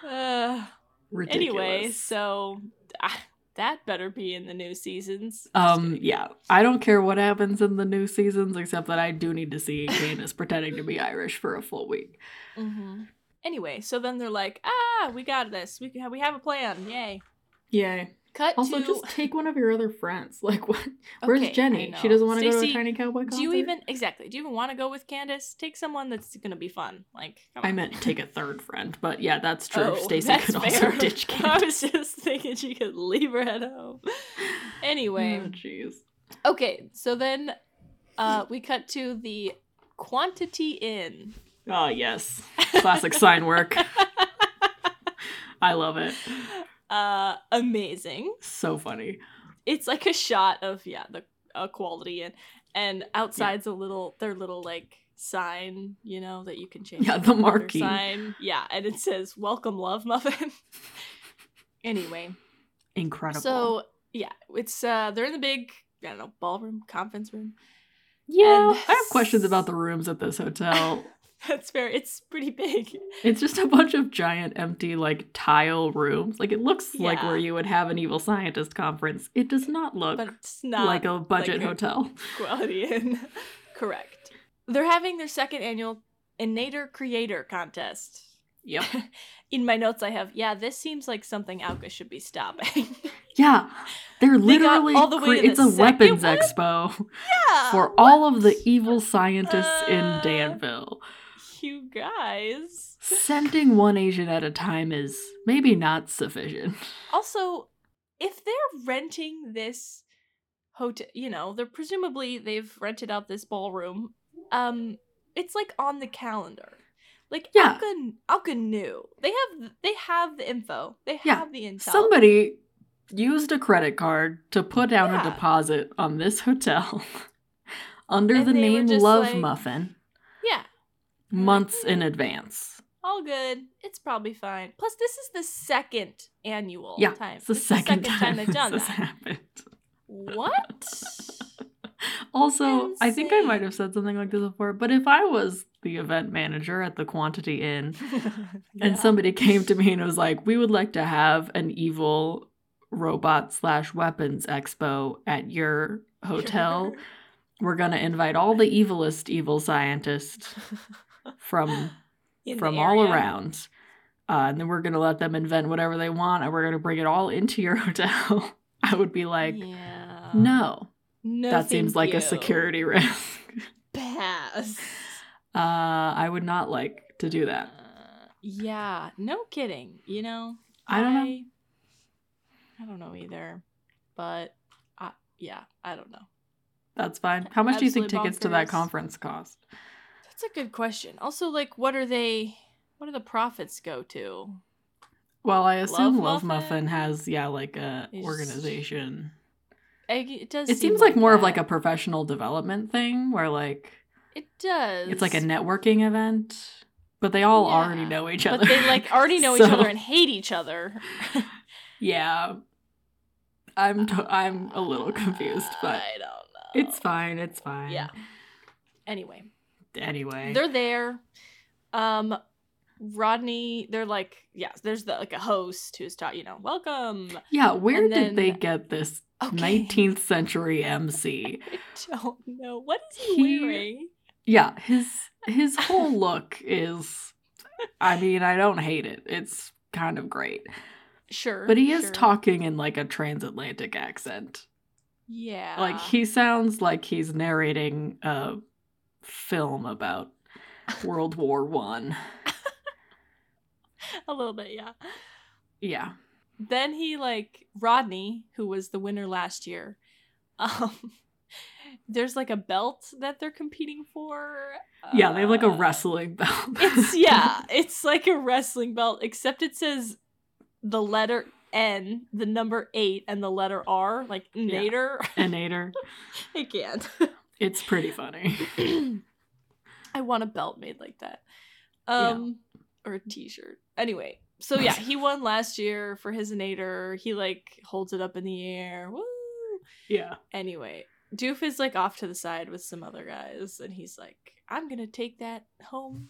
Uh, Ridiculous. anyway, so ah, that better be in the new seasons. Just Um, kidding. yeah. I don't care what happens in the new seasons, except that I do need to see Candace pretending to be Irish for a full week. Mm-hmm. Mhm. Anyway, so then they're like, "Ah, we got this. We can. We have a plan. Yay!" Yay. Cut Also, to just take one of your other friends. Like, what? Where's Okay, I Jenny? She know. doesn't want to go to a Stacey, tiny cowboy concert. Do you even exactly? Do you even want to go with Candace? Take someone that's gonna be fun. Like come I on. meant take a third friend, but yeah, that's true. Oh, Stacy that's could also fair. Oh, ditch I Candace. was just thinking she could leave her at home. Oh, Anyway, jeez. okay, so then uh, we cut to the Quantity Inn. Oh, yes. Classic sign work. I love it. Uh, amazing. So funny. It's like a shot of yeah the a Quality Inn, and outside's a little their little like sign you know that you can change. Yeah, it the to another marquee. sign. Yeah, and it says "Welcome, Love Muffin." anyway. Incredible. So yeah, it's uh they're in the big I don't know ballroom conference room. yeah, and- I have questions about the rooms at this hotel. That's fair. It's pretty big. It's just a bunch of giant empty like tile rooms. Like it looks like Yeah. where you would have an evil scientist conference. It does not look But it's not like a budget like a- hotel. quality in. Correct. They're having their second annual Innator Creator contest. Yep. In my notes I have, yeah, this seems like something Alka should be stopping. Yeah. They're They got literally all the way cre- to the it's a second weapons one? expo yeah. for what? all of the evil scientists in Uh, Danville. you guys. Sending one Asian at a time is maybe not sufficient. Also, if they're renting this hotel, you know, they're presumably they've rented out this ballroom. Um, it's like on the calendar. Like Yeah. Alka, Alka knew they have they have the info. They have Yeah. the intel. Somebody used a credit card to put down Yeah. a deposit on this hotel under And the they were name just Love like- Muffin yeah, months in advance. all good. It's probably fine. Plus, this is the second annual Yeah, time. it's the This is second, time, they've done this that. has happened. What? Also, I think I might Insane. have said something like this before, but if I was the event manager at the Quantity Inn Yeah. and somebody came to me and was like, "We would like to have an evil robot slash weapons expo at your hotel." we're gonna invite all the evilest evil scientists from In the from all area. around uh, and then we're gonna let them invent whatever they want and we're gonna bring it all into your hotel i would be like yeah. no No, that seems thank like you. a security risk pass. uh, i would not like to do that Uh, yeah, no kidding. You know, i don't know I, I don't know either, but I, yeah, I don't know. That's fine. How much do you think Absolute tickets to that bonkers. conference cost? That's a good question. Also, like, what are they? What do the profits go to? Well, I assume Love, Love Muffin? Muffin? has yeah, like a It's- organization. I, it does. It seem seems like more of that. like a professional development thing where like It does. it's like a networking event, but they all Yeah. already know each other. But they like already know each So, other and hate each other. yeah. I'm to- I'm a little confused, but I don't know. it's fine. It's fine. Uh, Yeah. Anyway, Anyway, they're there. Um, Rodney, they're like, yeah, there's the like a host who's taught, you know, welcome. yeah. Where and did then- they get this Okay. 19th century MC? I don't know. What is he, He- wearing? Yeah, his his whole look is I mean, I don't hate it. It's kind of great. Sure. But he is sure. talking in like a transatlantic accent. Yeah. Like he sounds like he's narrating a film about World War 1. a little bit, yeah. Yeah. Then he like Rodney, who was the winner last year. Um, there's like a belt that they're competing for. Yeah, they have like a Uh, wrestling belt. It's yeah, it's like a wrestling belt, except it says the letter N, the number eight, and the letter R, like Yeah. Nader. and Nader. I can't. It's pretty funny. I want a belt made like that. Um or a t-shirt. Anyway, so yeah, he won last year for his Nader. He like holds it up in the air. Woo! Yeah. Anyway, Doof is like off to the side with some other guys, and he's like, I'm gonna take that home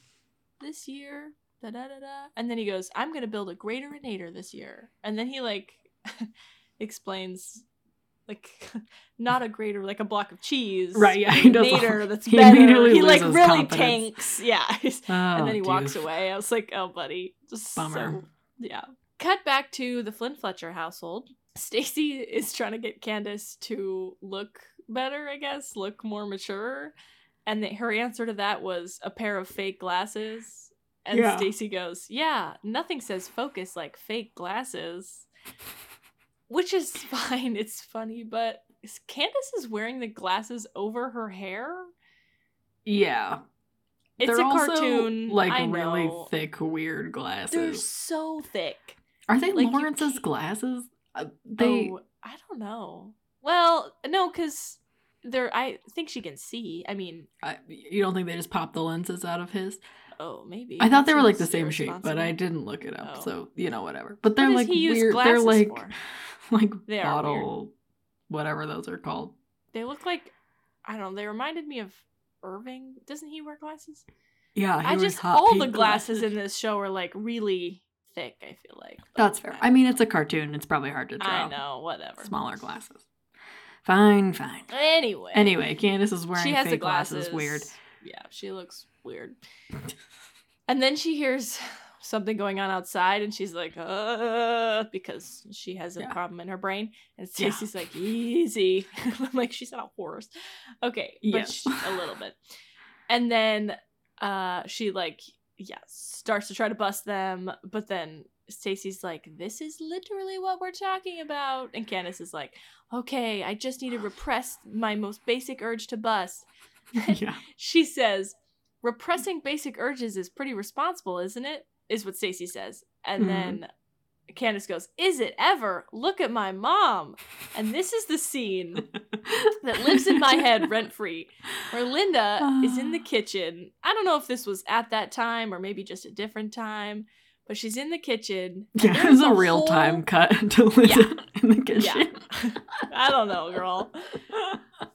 this year. Da da da da. And then he goes, I'm gonna build a greater Nader this year. And then he like explains like not a grater, like a block of cheese. Right, yeah, but he a does all- Nader that's he better. immediately he like loses really confidence. tanks. Yeah. he's- and then he walks Doof. away. I was like, oh buddy. Just so- Bummer. yeah. Cut back to the Flynn Fletcher household. Stacy is trying to get Candace to look better, I guess, look more mature. And that her answer to that was a pair of fake glasses. And Yeah. Stacy goes, Yeah, nothing says focus like fake glasses. Which is fine. It's funny, but is- Candace is wearing the glasses over her hair. Yeah. It's They're a also, cartoon. like I really know. thick weird They're glasses. so thick. Are they Like, you Lawrence's can't- glasses? Uh, They oh, I don't know. Well, no, because there. I think she can see. I mean, I, you don't think they just popped the lenses out of his? oh, maybe. I thought that they were like the seems same shape, but I irresponsible. didn't look it up. Oh. So you know, whatever. But they're does like he use weird. They're glasses like for? like They are weird. bottle, whatever those are called. They look like I don't. know, They reminded me of Irving. Doesn't he wear glasses? Yeah, he I wears just hot all pink the glasses, in this show are like really thick. I feel like but That's fair. I don't mean, know. it's a cartoon. It's probably hard to draw. I know. Whatever. Smaller glasses. Fine, fine. Anyway. Anyway, Candace is wearing she has fake the glasses. Weird. Yeah, she looks weird. and then she hears something going on outside, and she's like, "Uh," because she has a Yeah. problem in her brain. And Yeah. Stacy's like, "Easy," I'm like she's not a horse. Okay, but Yes. she- a little bit. And then uh, she like yeah starts to try to bust them, but then. Stacy's like, this is literally what we're talking about. And Candace is like, okay, I just need to repress my most basic urge to bust. yeah. She says, "Repressing basic urges is pretty responsible, isn't it?" Is what Stacy says, and Mhm. then Candace goes, "Is it ever? Look at my mom." And this is the scene that lives in my head rent free, where Linda is in the kitchen. I don't know if this was at that time or maybe just a different time, but she's in the kitchen. Yeah, There's it's a, a real time whole- cut to Linda in the kitchen. I don't know, girl.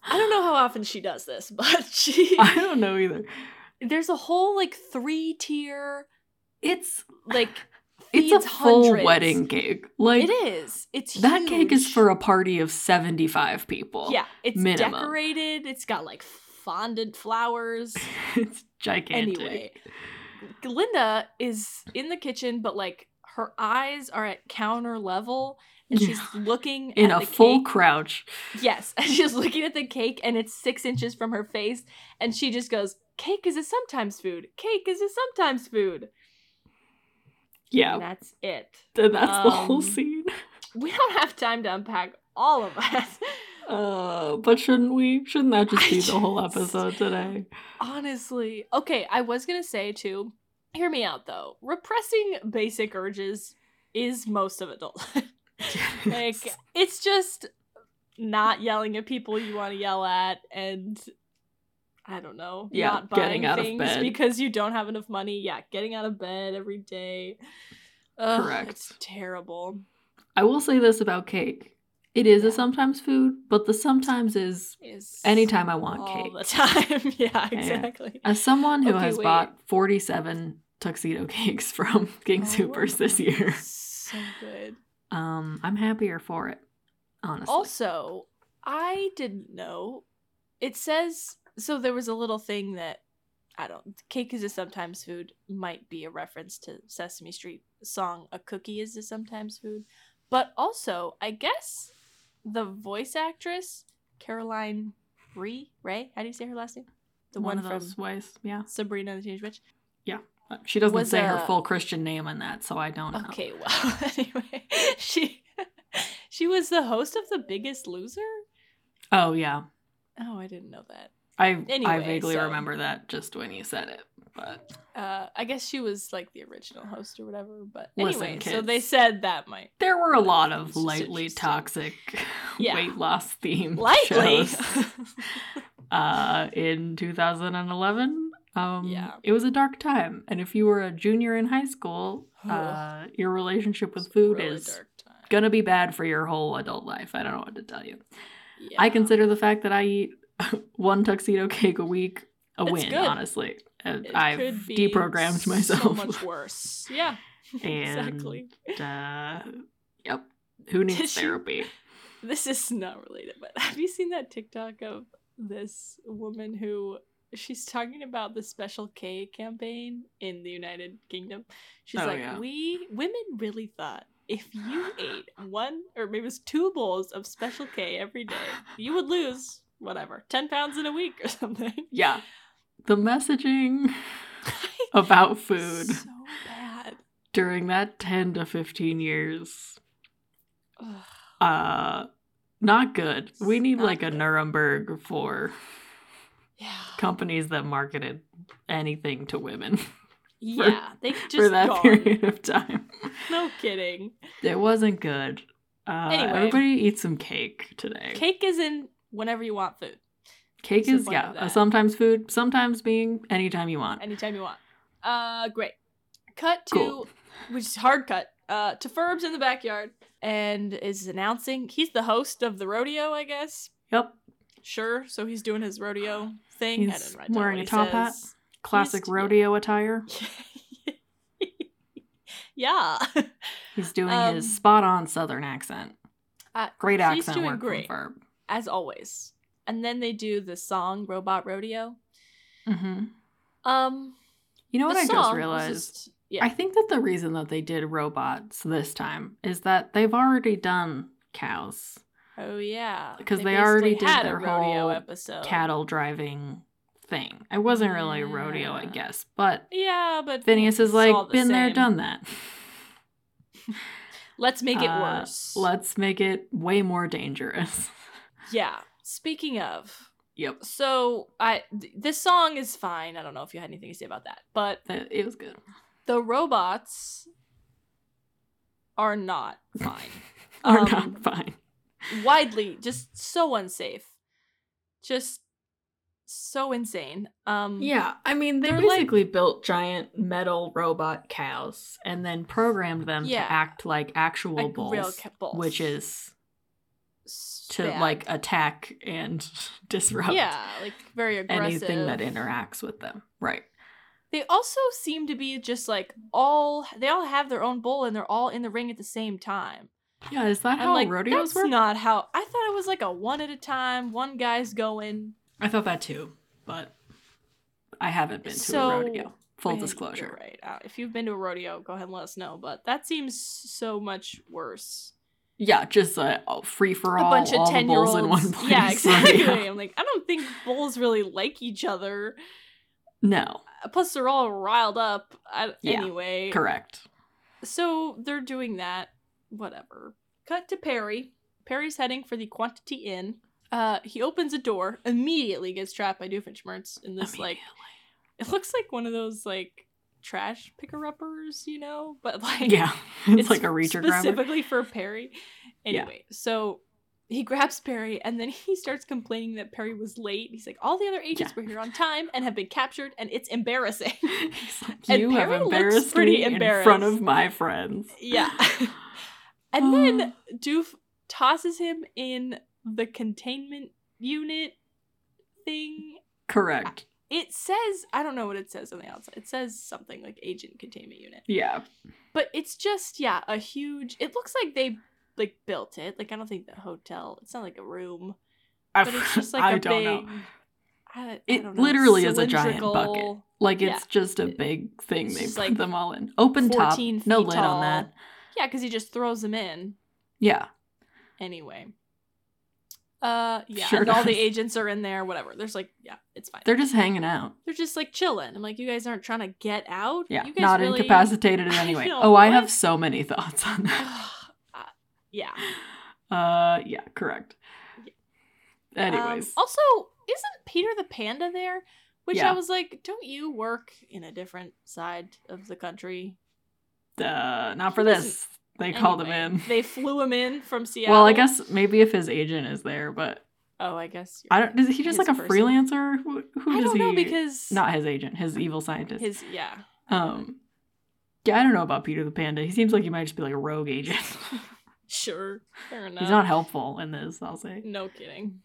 I don't know how often she does this, but she I don't know either. there's a whole like three tier It's like it's a feeds full hundreds. wedding cake. Like It is. It's that cake is huge. for a party of seventy five people. yeah. It's minimum. decorated. It's got like fondant flowers. it's gigantic. Anyway, Linda is in the kitchen, but like her eyes are at counter level, and Yeah. she's looking in at a the full cake. crouch. Yes, and she's looking at the cake, and it's six inches from her face, and she just goes, "Cake is a sometimes food. Cake is a sometimes food." Yeah, And that's it. th- that's the whole um, scene. We don't have time to unpack all of us. Uh, but shouldn't we? Shouldn't that just I be the whole just- episode today? Honestly. Okay, I was gonna say too, hear me out though. Repressing basic urges is most of adult life. like Yes. it's just not yelling at people you want to yell at and I don't know, Yeah, not getting buying out of things bed. because you don't have enough money. Yeah, getting out of bed every day. Ugh, Correct. It's terrible. I will say this about cake. It is Yeah. a sometimes food, but the sometimes is Is anytime I want all cake. the time. yeah, exactly. As someone who Oh, Okay, has wait. bought 47 tuxedo cakes from King Oh. Supers this year, So good. um, I'm happier for it, honestly. Also, I didn't know. It says so there was a little thing that I don't cake is a sometimes food might be a reference to Sesame Street song a cookie is a sometimes food. But also, I guess the voice actress Caroline Ree, Ray, how do you say her last name? The one, one, of those from ways, yeah. Sabrina the Teenage Witch. She doesn't was say her a- full Christian name in that, so I don't know. Okay, well, anyway, she she was the host of The Biggest Loser? Oh, yeah. Oh, I didn't know that. I, I Anyway, vaguely so- remember that just when you said it, but uh, I guess she was like the original host or whatever. But Listen, anyway, so they kids. said that might there were a lot It's of just lightly interesting. toxic Yeah. weight loss themed lightly. shows. uh, in 2011. Um, Yeah. It was a dark time. And if you were a junior in high school, uh, your relationship with food Oh. Really is dark time. going to be bad for your whole adult life. I don't know what to tell you. Yeah. I consider the fact that I eat one tuxedo cake a week a It's win, good. honestly. And It I've could be deprogrammed myself. So much worse. Yeah. And- exactly. uh, yep. Who needs Tissue. therapy? This is not related, but have you seen that TikTok of this woman who she's talking about the special K campaign in the United Kingdom? She's Oh, like, yeah. We women really thought if you ate one or maybe it was two bowls of special K every day, you would lose whatever, ten pounds in a week or something. Yeah. The messaging about Oh, food So bad. during that 10 to 15 years Ugh. uh not good we need Not like a good. nuremberg for Yeah. companies that marketed anything to women Yeah. They just for that gone. period of time No kidding. it wasn't good uh, Anyway. everybody eat some cake today cake, Cake is in whenever you want food. what's the is point yeah of a that? sometimes food sometimes being anytime you want anytime you want. Uh, great. Cut to, Cool. which is hard cut, uh, to Ferb's in the backyard and is announcing he's the host of the rodeo, I guess. yep Sure. So he's doing his rodeo thing. I He's didn't write down wearing what a he top hat. says. classic He's- yeah. rodeo attire yeah. he's doing Um, his spot on southern accent Uh, great he's accent doing work great. from As always. And then they do the song Robot Rodeo. Ferb. hmm Um, you know what the i song just was realized just- yeah. I think that the reason that they did robots this time is that they've already done cows, oh, yeah. 'Cause they basically already did had their a rodeo whole episode. cattle driving thing. It wasn't really a rodeo, I Yeah. guess, but Yeah, but Phineas is it's all like, the been there, same. done that. Let's make it Uh, worse. Let's make it way more dangerous. yeah. Speaking of, yep. so I th- this song is fine. I don't know if you had anything to say about that, but That- It was good. the robots are not fine. Or Um, not fine. Widely, just so unsafe, just so insane. Um, Yeah, I mean, they They're like- basically built giant metal robot cows and then programmed them Yeah. to act like actual like bulls, real ca- bulls, which is S- to bad. like attack and disrupt yeah, like very aggressive. anything that interacts with them. Right. They also seem to be just like all they all have their own bull and they're all in the ring at the same time. Yeah, is that I'm how like, rodeos that's work? not how I thought it was like a one at a time, one guy's going. I thought that too, but I haven't been to a So- rodeo. Full Hey, you're disclosure. right? Uh, if you've been to a rodeo, go ahead and let us know. But that seems so much worse. Yeah, just a free for a all, bunch of all the ten year bulls olds. in one place. Yeah, exactly. rodeo. I'm like, I don't think bulls really like each other. No, Uh, Plus, they're all riled up. I, Yeah, anyway, correct. so they're doing that. Whatever. Cut to Perry. Perry's heading for the Quantity Inn. Uh, he opens a door, immediately gets trapped by Doofenshmirtz in this like it looks like one of those like trash picker uppers, you know, but like yeah, it's, like a reacher grabber. specifically for Perry. Yeah. Anyway, so he grabs Perry and then he starts complaining that Perry was late. He's like, all the other agents were here on time and have been captured, and it's embarrassing. He's like, And you have Perry looks embarrassed pretty me in embarrassed." front of my friends. yeah. And Um, then Doof tosses him in the containment unit thing. correct. It says, I don't know what it says on the outside. It says something like agent containment unit. Yeah, But it's just, yeah, a huge. It looks like they like built it. Like I don't think the hotel. It's not like a room. I, But it's just like I a don't big, know. I, I It don't know, literally is a giant bucket. cylindrical- Like yeah. it's just a big thing. It's They put just, like, them all in open top, 14 no feet lid tall. on that. Yeah, because he just throws them in Yeah, anyway. Uh, yeah, Sure and all the does. agents are in there. Whatever. There's like, yeah, it's fine. They're, they're just hanging out. just like chilling. I'm like, you guys aren't trying to get out. Yeah, you guys not really- incapacitated in I any way. know, Oh, I what? have so many thoughts on that. Ugh, uh, yeah. Uh, yeah, correct. Um, Anyways, also, isn't Peter the Panda there? Which Yeah. I was like, don't you work in a different side of the country? uh, not for oh, he doesn't- this. They called him Anyway, in. They flew him in from Seattle. Well, I guess maybe if his agent is there, but Oh, I guess. you're I don't. right. Is he just His like a person. freelancer? Who, who I does don't know he? because not his agent, his evil scientist. his. Yeah. um, yeah, I don't know about Peter the Panda. He seems like he might just be like a rogue agent. Sure. Fair enough. He's not helpful in this. I'll say. No kidding.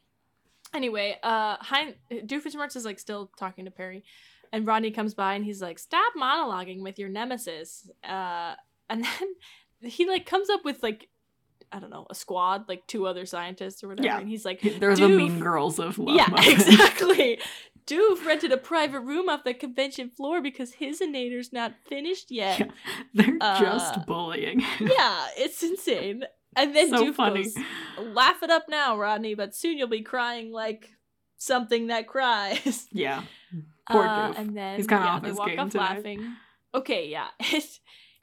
Anyway, uh, Hein Doofenshmirtz is like still talking to Perry, and Rodney comes by and he's like, "Stop monologuing with your nemesis." Uh, and then he like comes up with like, I don't know, a squad, like two other scientists or whatever, Yeah. and he's like, They're the "Doof- mean girls of love. yeah, Muffin. exactly. Doof rented a private room off the convention floor because his innator's not finished yet. Yeah. They're Uh, just bullying. Yeah, it's insane. And then so Doof funny. goes, Laugh it up now, Rodney, but soon you'll be crying like something that cries. Yeah, Poor Uh, Doof. and then He's kinda yeah, off they his walk game off today. laughing. Okay, yeah.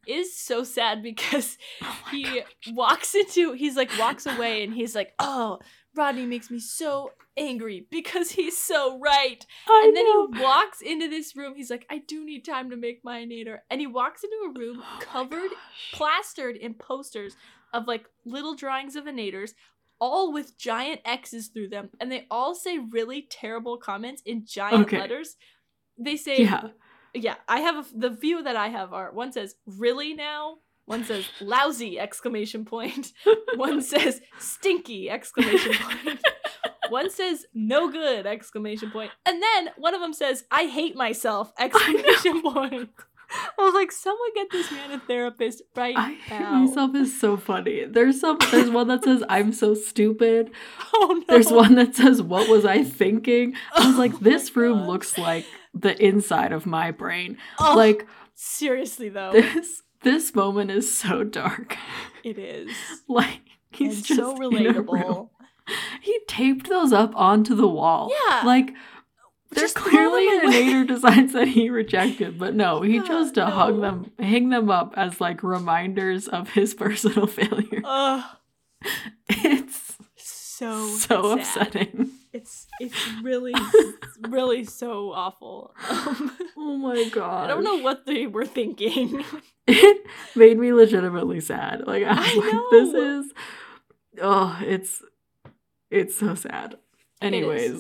It is so sad because Oh my he God. walks into he's like walks away and he's like, Oh, Rodney makes me so angry because he's so right I and then know. he walks into this room. He's like, I do need time to make my nader. And he walks into a room Oh my covered, gosh. plastered in posters of like little drawings of innators, all with giant X's through them. And they all say really terrible comments in giant Okay. letters. They say, yeah, Yeah, I have a f the view that I have are one says, really now? One says, lousy! Exclamation point. One says, stinky! Exclamation point. One says no good exclamation point. And then one of them says I hate myself exclamation point. I was like someone get this man a therapist right I hate now. myself is so funny. There's some. There's one that says I'm so stupid. Oh no. There's one that says what was I thinking? I was Oh like, this my room God. looks like the inside of my brain. Oh, Like seriously though. this. This moment is so dark. It is. Like he's And just In so a room. relatable. He taped those up onto the wall. Yeah. Like there's Just throw clearly them away. innator designs that he rejected, but no, he Yeah, chose to hung no. them, hang them up as like reminders of his personal failure. Ugh. It's So so, sad. upsetting. It's it's really really so awful. Um, Oh my god! I don't know what they were thinking. It made me legitimately sad. Like I was I like, this know. is. Oh, it's it's so sad. is. Anyways,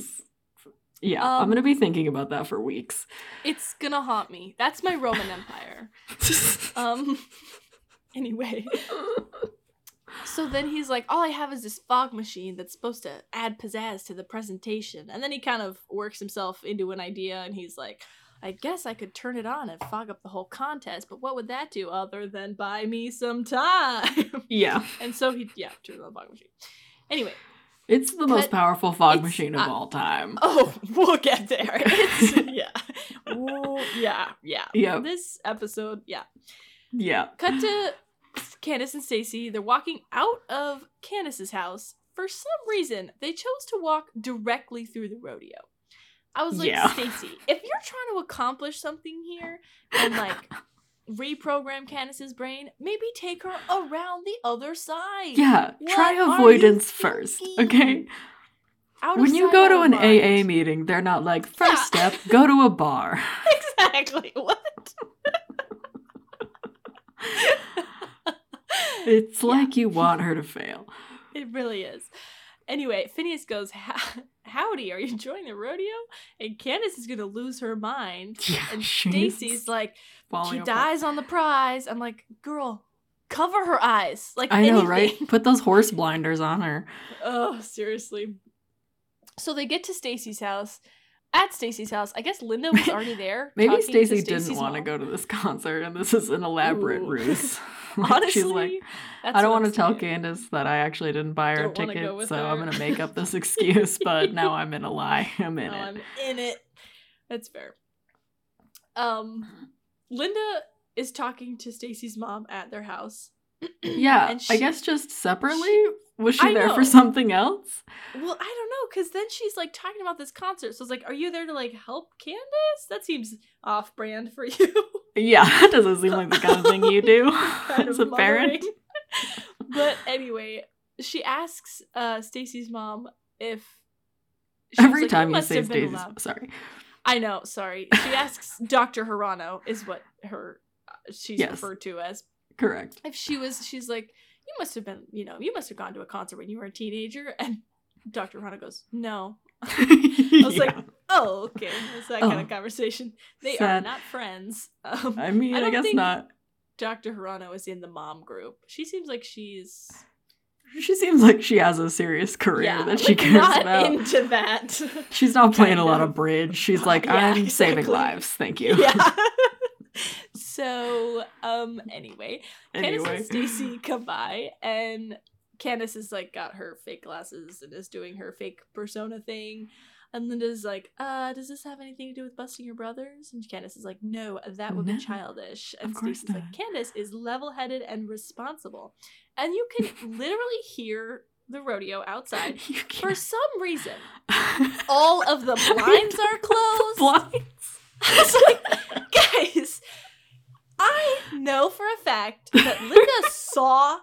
yeah, I'm Um, gonna be thinking about that for weeks. it's gonna haunt me. That's my Roman Empire. Um. Anyway, so then he's like, "All I have is this fog machine that's supposed to add pizzazz to the presentation." And then he kind of works himself into an idea, and he's like, "I guess I could turn it on and fog up the whole contest, but what would that do other than buy me some time?" yeah, and so he, yeah, turns on the fog machine. Anyway, it's the most Cut. powerful fog It's- machine of uh, all time. oh, we'll get there. It's, yeah, Ooh, yeah, yeah. Yep. This episode, yeah. Yeah. Cut to Candace and Stacy. They're walking out of Candace's house. For some reason, they chose to walk directly through the rodeo. I was like, Yeah. Stacy, if you're trying to accomplish something here and like reprogram Candace's brain, maybe take her around the other side. Yeah, What try are you avoidance first, thinking? okay? Out of When you sight, go out to of an mind. AA meeting, they're not like, first step, go to a bar. exactly what? It's Yeah. like you want her to fail. It really is. Anyway, Phineas goes, "How- "Howdy, are you enjoying the rodeo?" And Candace is gonna lose her mind. Yeah, And she's Stacy's like, falling "She apart. dies on the prize." I'm like, "Girl, cover her eyes." Like I know, anything. right? Put those horse blinders on her. oh, seriously. So they get to Stacy's house. At Stacy's house, I guess Linda was already there. Maybe talking to Stacy didn't Stacy's want to mom. go to this concert, and this is an elaborate Ooh. ruse. Like, Honestly, she's like, that's I don't what I'm want to tell saying. Candace that I actually didn't buy her a Don't wanna go ticket, with so I'm her. gonna make up this excuse. But now I'm in a lie. I'm in No, it. I'm in it. That's fair. Um, Linda is talking to Stacy's mom at their house. yeah, and she- I guess just separately. Was she I there know. for something else? Well, I don't know, because then she's like talking about this concert. So it's like, are you there to like help Candace? That seems off brand for you. Yeah, that doesn't seem like the kind of thing you do kind as a of parent. mothering. but anyway, she asks uh Stacy's mom if she was Every like, time you must say have been Stacy's, allowed-" sorry. I know, sorry. She asks Dr. Hirano is what her uh, she's Yes. referred to as Correct. if she was she's like you must have been you know you must have gone to a concert when you were a teenager and dr Rana goes no I was like, oh okay it's that kind Oh. of conversation they are Sad. not friends um, I mean, I I, don't guess think- not. dr hirano is in the mom group she seems like she's She seems like she has a serious career yeah, that she like, cares not about. into that She's not playing a lot Kind of bridge. She's like, Yeah, I'm saving exactly. lives. Thank you. yeah so um anyway Candace anyway. and Stacy come by, and Candace has like got her fake glasses and is doing her fake persona thing. And Linda's like, uh, does this have anything to do with busting your brothers? And Candace is like, no, that would No, be childish. And of course Stacy's like, not. Candace is level headed and responsible. And you can literally hear the rodeo outside. You For can't- some reason, all of the blinds are closed. blinds. I was like, guys, I know for a fact that Linda saw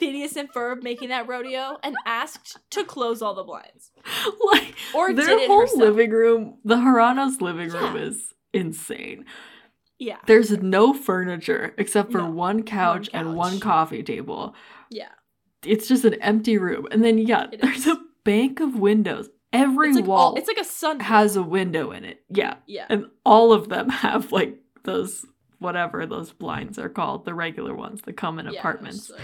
Phineas and Ferb making that rodeo and asked to close all the blinds. Like Or did their it whole herself. living room, the Hirano's living room Yeah. is insane. yeah. There's no furniture except for No, one, couch and one couch. coffee table. Yeah. It's just an empty room. And then yeah, It there's is. a bank of windows. Every It's like, wall all, it's like a sun. has a window in it. Yeah. yeah. And all of them have like those whatever those blinds are called, the regular ones that come in Yeah, I was apartments. like-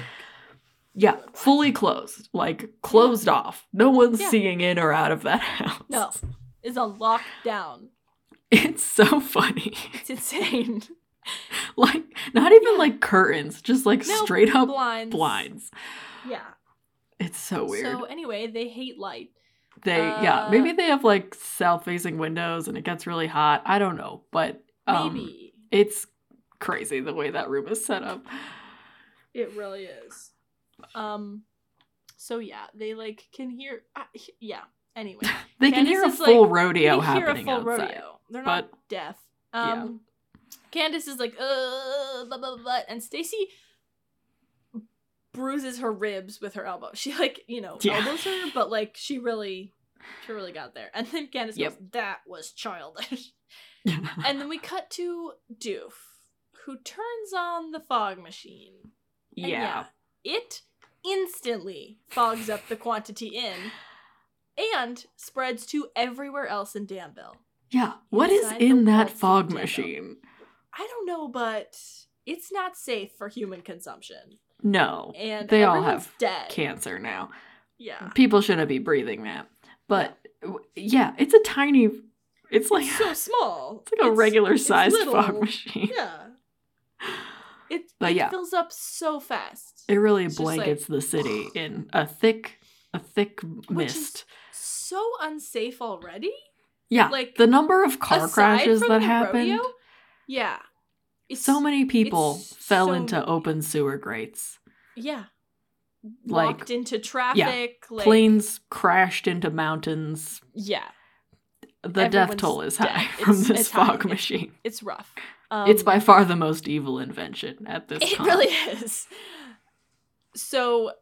Yeah, fully closed, like closed off. No one's Yeah. seeing in or out of that house. No. It's a lockdown. It's so funny. It's insane. Like, not even Yeah. like curtains, just like No, straight up blinds. blinds. Yeah. It's so weird. So uh, anyway, they hate light. they, yeah, maybe uh, they have like south facing windows and it gets really hot. I don't know, but um, Maybe. it's crazy the way that room is set up. It really is. Um so yeah, they like can hear uh, yeah. Anyway. They can Candace hear a is, like- full rodeo They hear a happening full outside. rodeo. They're not deaf. yeah. Um, Candace is like, uh, blah, blah, blah, and Stacy bruises her ribs with her elbow. She like, you know, Yeah. elbows her, but like she really, she really got there. And then Candace Yep. goes, "That was childish." Yeah. and then we cut to Doof, who turns on the fog machine. And yeah. it instantly fogs up the quantity in. And spreds to everywhere else in Danville. Yeah. What is Inside the in that walls of fog Dano. machine? I don't know, but it's not safe for human consumption. No. And They all everyone's have dead. Cancer now. Yeah. People shouldn't be breathing that. But w- yeah, it's a tiny it's like It's so small. it's like a regular sized little. fog machine. Yeah. It, But it yeah. fills up so fast. It really It's just like- blankets the city in a thick a thick Which is- mist. so unsafe already. yeah. like, the number of car Aside crashes from that the happened. rodeo, yeah. It's so many people it's fell so into many. open sewer grates. Yeah. Like, Locked into traffic. like, Planes crashed into mountains. Yeah. The death Everyone's toll is high dead. from It's- this it's high. fog It's- machine. It's rough. Um, it's by far the most evil invention at this It time. really is. So,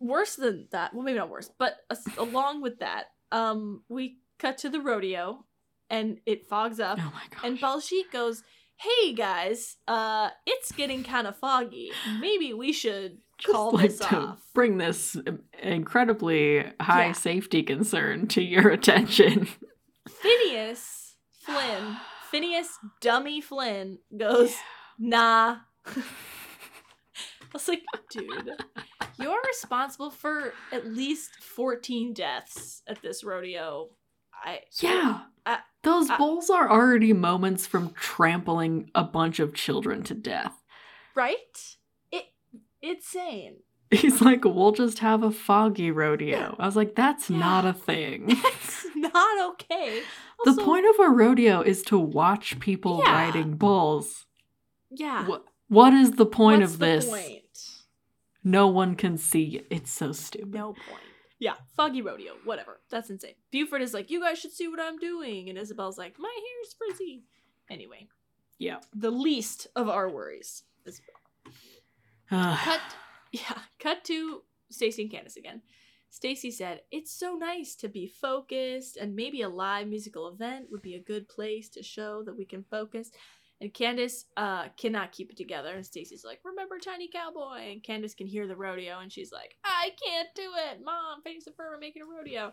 worse than that, well, maybe not worse, but as- along with that, um, we cut to the rodeo, and it fogs up. Oh my gosh. And Balshik goes, "Hey guys, uh, it's getting kind of foggy. Maybe we should Just call like this to off." bring this incredibly high Yeah. safety concern to your attention. Phineas Flynn, Phineas Dummy Flynn goes, "Nah." I was like, "Dude, you're responsible for at least 14 deaths at this rodeo." I Yeah. I- Those I- bulls are already moments from trampling a bunch of children to death. right? It insane. He's like, we'll just have a foggy rodeo. I was like, that's Yeah. not a thing. That's not okay. the Also- point of a rodeo is to watch people Yeah. riding bulls. yeah. What, what is the point What's of the this? point? No one can see it. It's so stupid. No point. Yeah, foggy rodeo, whatever. That's insane. Buford is like, you guys should see what I'm doing, and Isabel's like, my hair's frizzy. Anyway, Yeah. the least of our worries. Is Ugh. cut. Yeah, cut to Stacy and Candace again. Stacy said, "It's so nice to be focused, and maybe a live musical event would be a good place to show that we can focus." And Candace uh, cannot keep it together, and Stacy's like, "Remember Tiny Cowboy?" And Candace can hear the rodeo, and she's like, "I can't do it, Mom. Phineas and Ferb are making a rodeo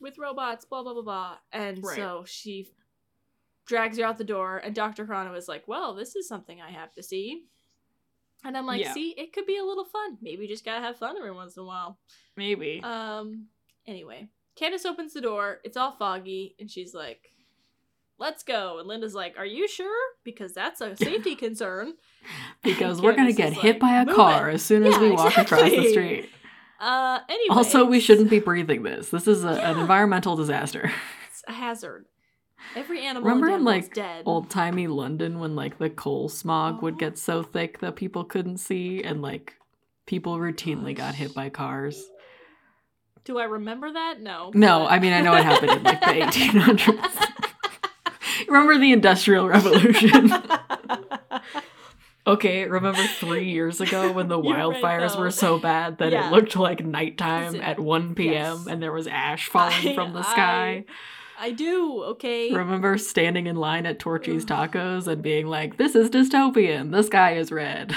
with robots, blah blah blah blah." And Right. so she drags her out the door, and Dr. Hirano is like, "Well, this is something I have to see." And I'm like, Yeah. "See, it could be a little fun. Maybe you just gotta have fun every once in a while." Maybe. Um. Anyway, Candace opens the door. It's all foggy, and she's like, "Let's go." And Linda's like, "Are you sure? Because that's a safety concern." because we're going to Candace get is hit like, by a "Move car it." as soon as Yeah, we walk across the exactly. street. Uh. Anyway. Also, we shouldn't be breathing this. This is a, an Yeah. environmental disaster. It's a hazard. Every animal. Remember in in, Danville's like, dead. Old timey London, when like the coal smog would Oh. get so thick that people couldn't see, and like people routinely got hit by cars. Do I remember that? No. No, but- I mean I know it happened in like the 1800s. Remember the Industrial Revolution? okay, remember three years ago when the You're right, wildfires were though. so bad that Yeah. it looked like nighttime Is it- at 1 p.m. Yes. and there was ash falling I- from the I- sky? I do. Okay. Remember standing in line at Torchy's Ugh. Tacos and being like, this is dystopian. The sky is red.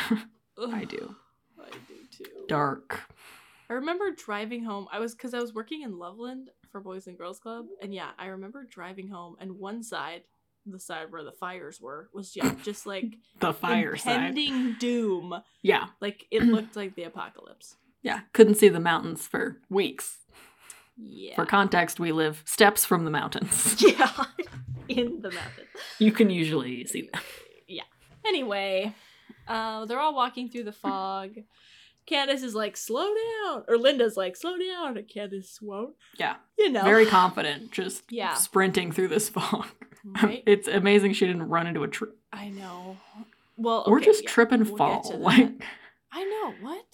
Ugh, I do. I do too. Dark. I remember driving home. I was because I was working in Loveland for Boys and Girls Club, and yeah, I remember driving home, and one side, the side where the fires were, was yeah, just like The fire side. impending doom. Yeah. Like it looked like the apocalypse. Yeah. Couldn't see the mountains for weeks. Yeah. For context, we live steps from the mountains. yeah. in the mountains. you can usually see them. Anyway, uh, they're all walking through the fog. Candace is like, slow down. Or Linda's like, slow down. And Candace won't. Yeah. You know. Very confident, just Yeah. sprinting through this fog. Right? It's amazing she didn't run into a tree I know. Well, or okay, just yeah, trip and we'll get fall. to that. Like, I know what.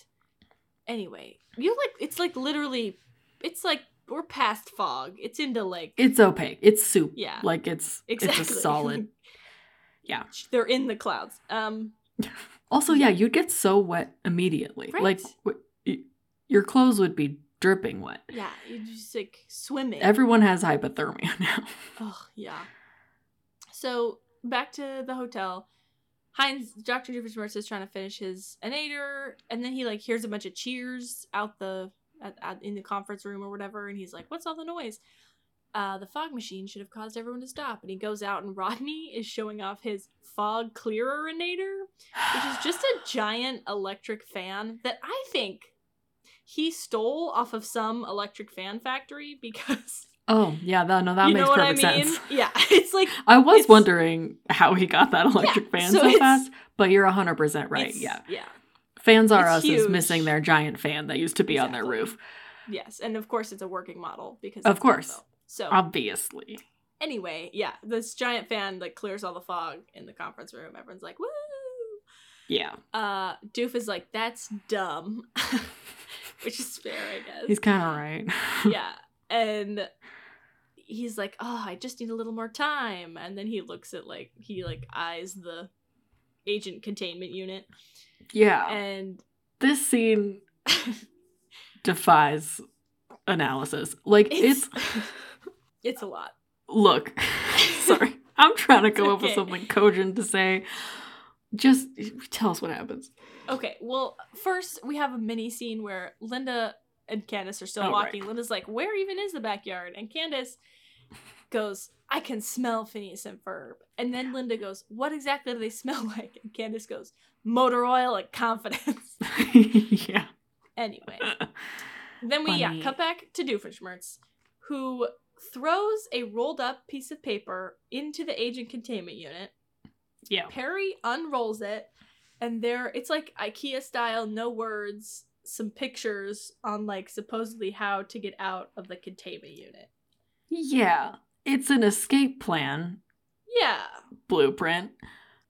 Anyway, you like it's like literally, it's like we're past fog. It's into like it's opaque. It's soup. Yeah. Like, it's, exactly it's a solid yeah. They're in the clouds. Um, Also, yeah, you'd get so wet immediately. Right. Like w- y- your clothes would be dripping wet. yeah, you just like swimming. Everyone has hypothermia now. Oh yeah. So back to the hotel. Heinz, Doctor Jefferson is trying to finish his anator, and then he like hears a bunch of cheers out the at, at, in the conference room or whatever, and he's like, "What's all the noise?" Uh, the fog machine should have caused everyone to stop, and he goes out, and Rodney is showing off his fog clearerinator, which is just a giant electric fan that I think he stole off of some electric fan factory because oh yeah, that, no, that you makes know what perfect I mean? sense. Yeah, it's like I was It's- wondering how he got that electric fan so so it's- fast, but you're 100% right. it's- yeah. yeah, Fans Are it's Us is huge. missing their giant fan that used to be on their Exactly. roof. yes, and of course it's a working model because Of it's course. Dumbo. So Obviously. anyway, yeah, this giant fan like clears all the fog in the conference room. Everyone's like, "Woo!" Yeah. Uh, Doof is like, "That's dumb," which is fair, I guess. He's kind of right. yeah, and he's like, "Oh, I just need a little more time," and then he looks at like he like eyes the agent containment unit yeah. and This scene defies analysis. Like it's, It's- It's a lot. look, sorry. I'm trying to come up with okay. something cogent to say. Just tell us what happens. Okay, well, first we have a mini scene where Linda and Candace are still Oh, right. walking. Linda's like, "Where even is the backyard?" And Candace goes, "I can smell Phineas and Ferb." And then Linda goes, "What exactly do they smell like?" And Candace goes, "Motor oil and confidence." yeah. anyway, then we yeah, Funny. cut back to Doofenshmirtz, who throws a rolled up piece of paper into the agent containment unit. Yeah. Perry unrolls it, and there it's like IKEA style, no words, some pictures on like supposedly how to get out of the containment unit. Yeah. It's an escape plan Yeah, blueprint.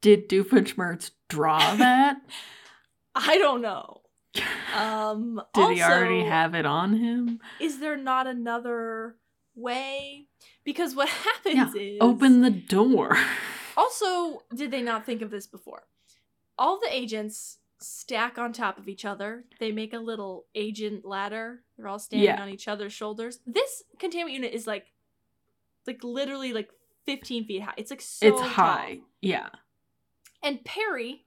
Did Doofenshmirtz draw that? I don't know. Did Um, he already also, have it on him? Is there not another way? Because what happens is Open the door. Also, did they not think of this before? All the agents stack on top of each other. They make a little agent ladder. They're all standing Yeah. on each other's shoulders. This containment unit is like, like literally like 15 feet high. It's like so it's tall. high. Yeah. And Perry,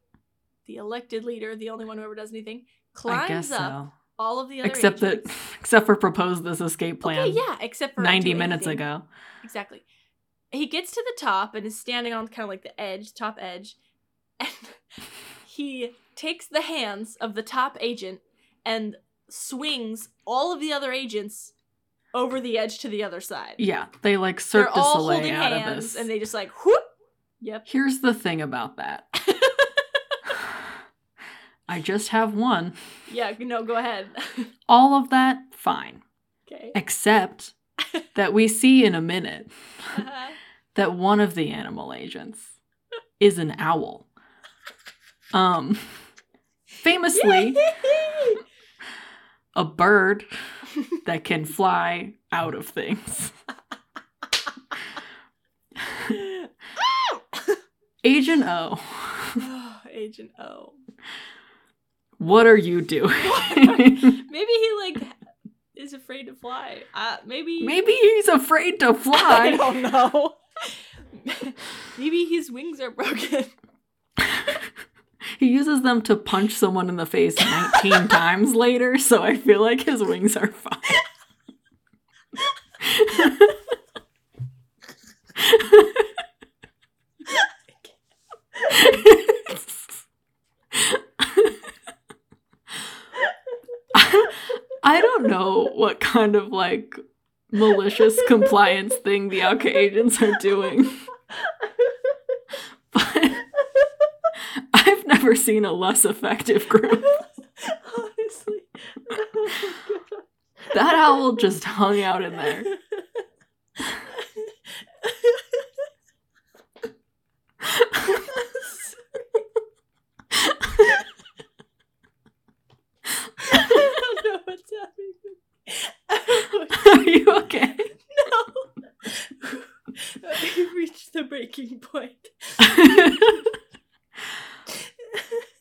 the elected leader, the only one who ever does anything, I guess climbs up so. all of the other Except that agents. except for propose this escape plan Okay, yeah, except for 90 do minutes anything. ago. Exactly. He gets to the top and is standing on kind of like the edge, top edge, and he takes the hands of the top agent and swings all of the other agents over the edge to the other side. Yeah. They like They're Cirque du all Soleil holding out of hands this. and they just like whoop. Yep. Here's the thing about that. I just have one. Yeah, no, go ahead. All of that, fine. okay. Except that we see in a minute Uh-huh. that one of the animal agents is an owl. Um famously a bird that can fly out of things. Yay! Agent O, Oh, agent O. what are you doing? Maybe he like is afraid to fly. Uh, maybe Maybe he's afraid to I fly. don't know. Maybe his wings are broken. He uses them to punch someone in the face 19 times later, so I feel like his wings are fine. I don't know what kind of like malicious compliance thing the Alka agents are doing. But I've never seen a less effective group. Honestly. That owl just hung out in there. I don't know what's happening. Are you okay? I reached the breaking point.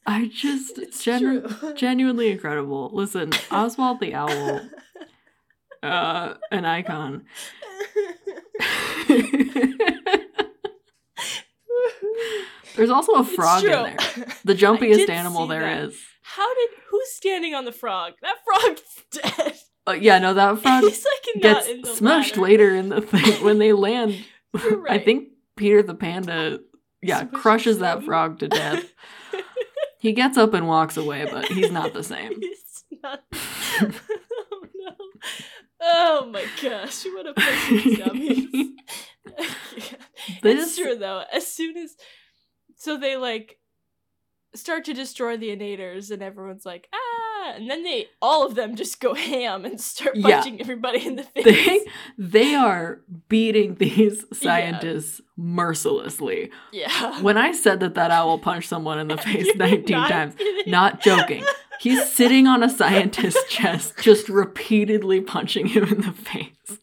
I just It's genu- true. genuinely incredible. Listen, Oswald the Owl, uh, an icon. There's also a It's frog in true. there. The jumpiest did animal see there that. is. How did who's standing on the frog? That frog's dead. Uh, yeah, no, that frog He's like gets not in the smushed ladder. later in the thing when they land. You're right. I think Peter the Panda, yeah, Smushes crushes that him. frog to death. He gets up and walks away, but he's not the same. He's not. oh no! Oh my gosh! What a person dummies. It's This true though. As soon as so they like start to destroy the innators and everyone's like ah and then they all of them just go ham and start Yeah. punching everybody in the face. they they are beating these scientists mercilessly. yeah. When I said that that owl punched someone in the face You're 19 not times, kidding. not joking. He's sitting on a scientist's chest, just repeatedly punching him in the face.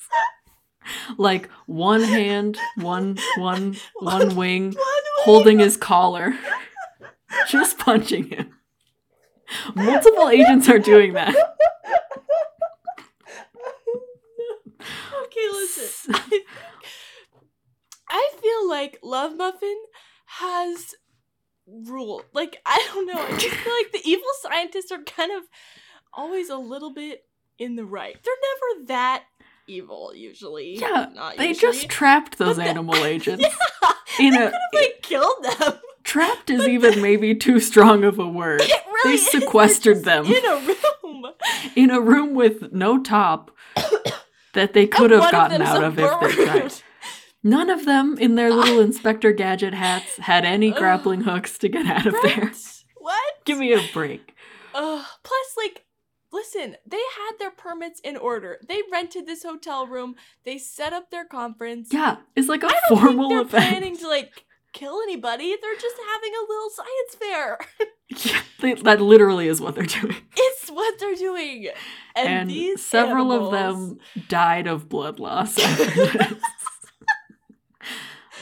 Like one hand, one one one wing, Oh holding his collar, just punching him. Multiple agents are doing that. Okay, listen. I feel like Love Muffin has rule. Like I don't know. I just feel like the evil scientists are kind of always a little bit in the right. They're never that evil usually. Yeah, not They usually. just trapped those But the- animal agents. yeah. In they a- could have like killed them. Trapped is even maybe too strong of a word. It really is. They're sequestered them. just in a room. In a room with no top that they could And have one of gotten them's out a of if they bird. tried. None of them in their little Inspector Gadget hats had any Ugh. grappling hooks to get out of Right? there. What? Give me a break. Ugh. Plus, like, listen, they had their permits in order. They rented this hotel room. They set up their conference. Yeah, it's like a I don't formal think they're event. planning to like kill anybody. They're just having a little science fair. Yeah, they, that literally is what they're doing. It's what they're doing. And, And, these several animals- of them died of blood loss.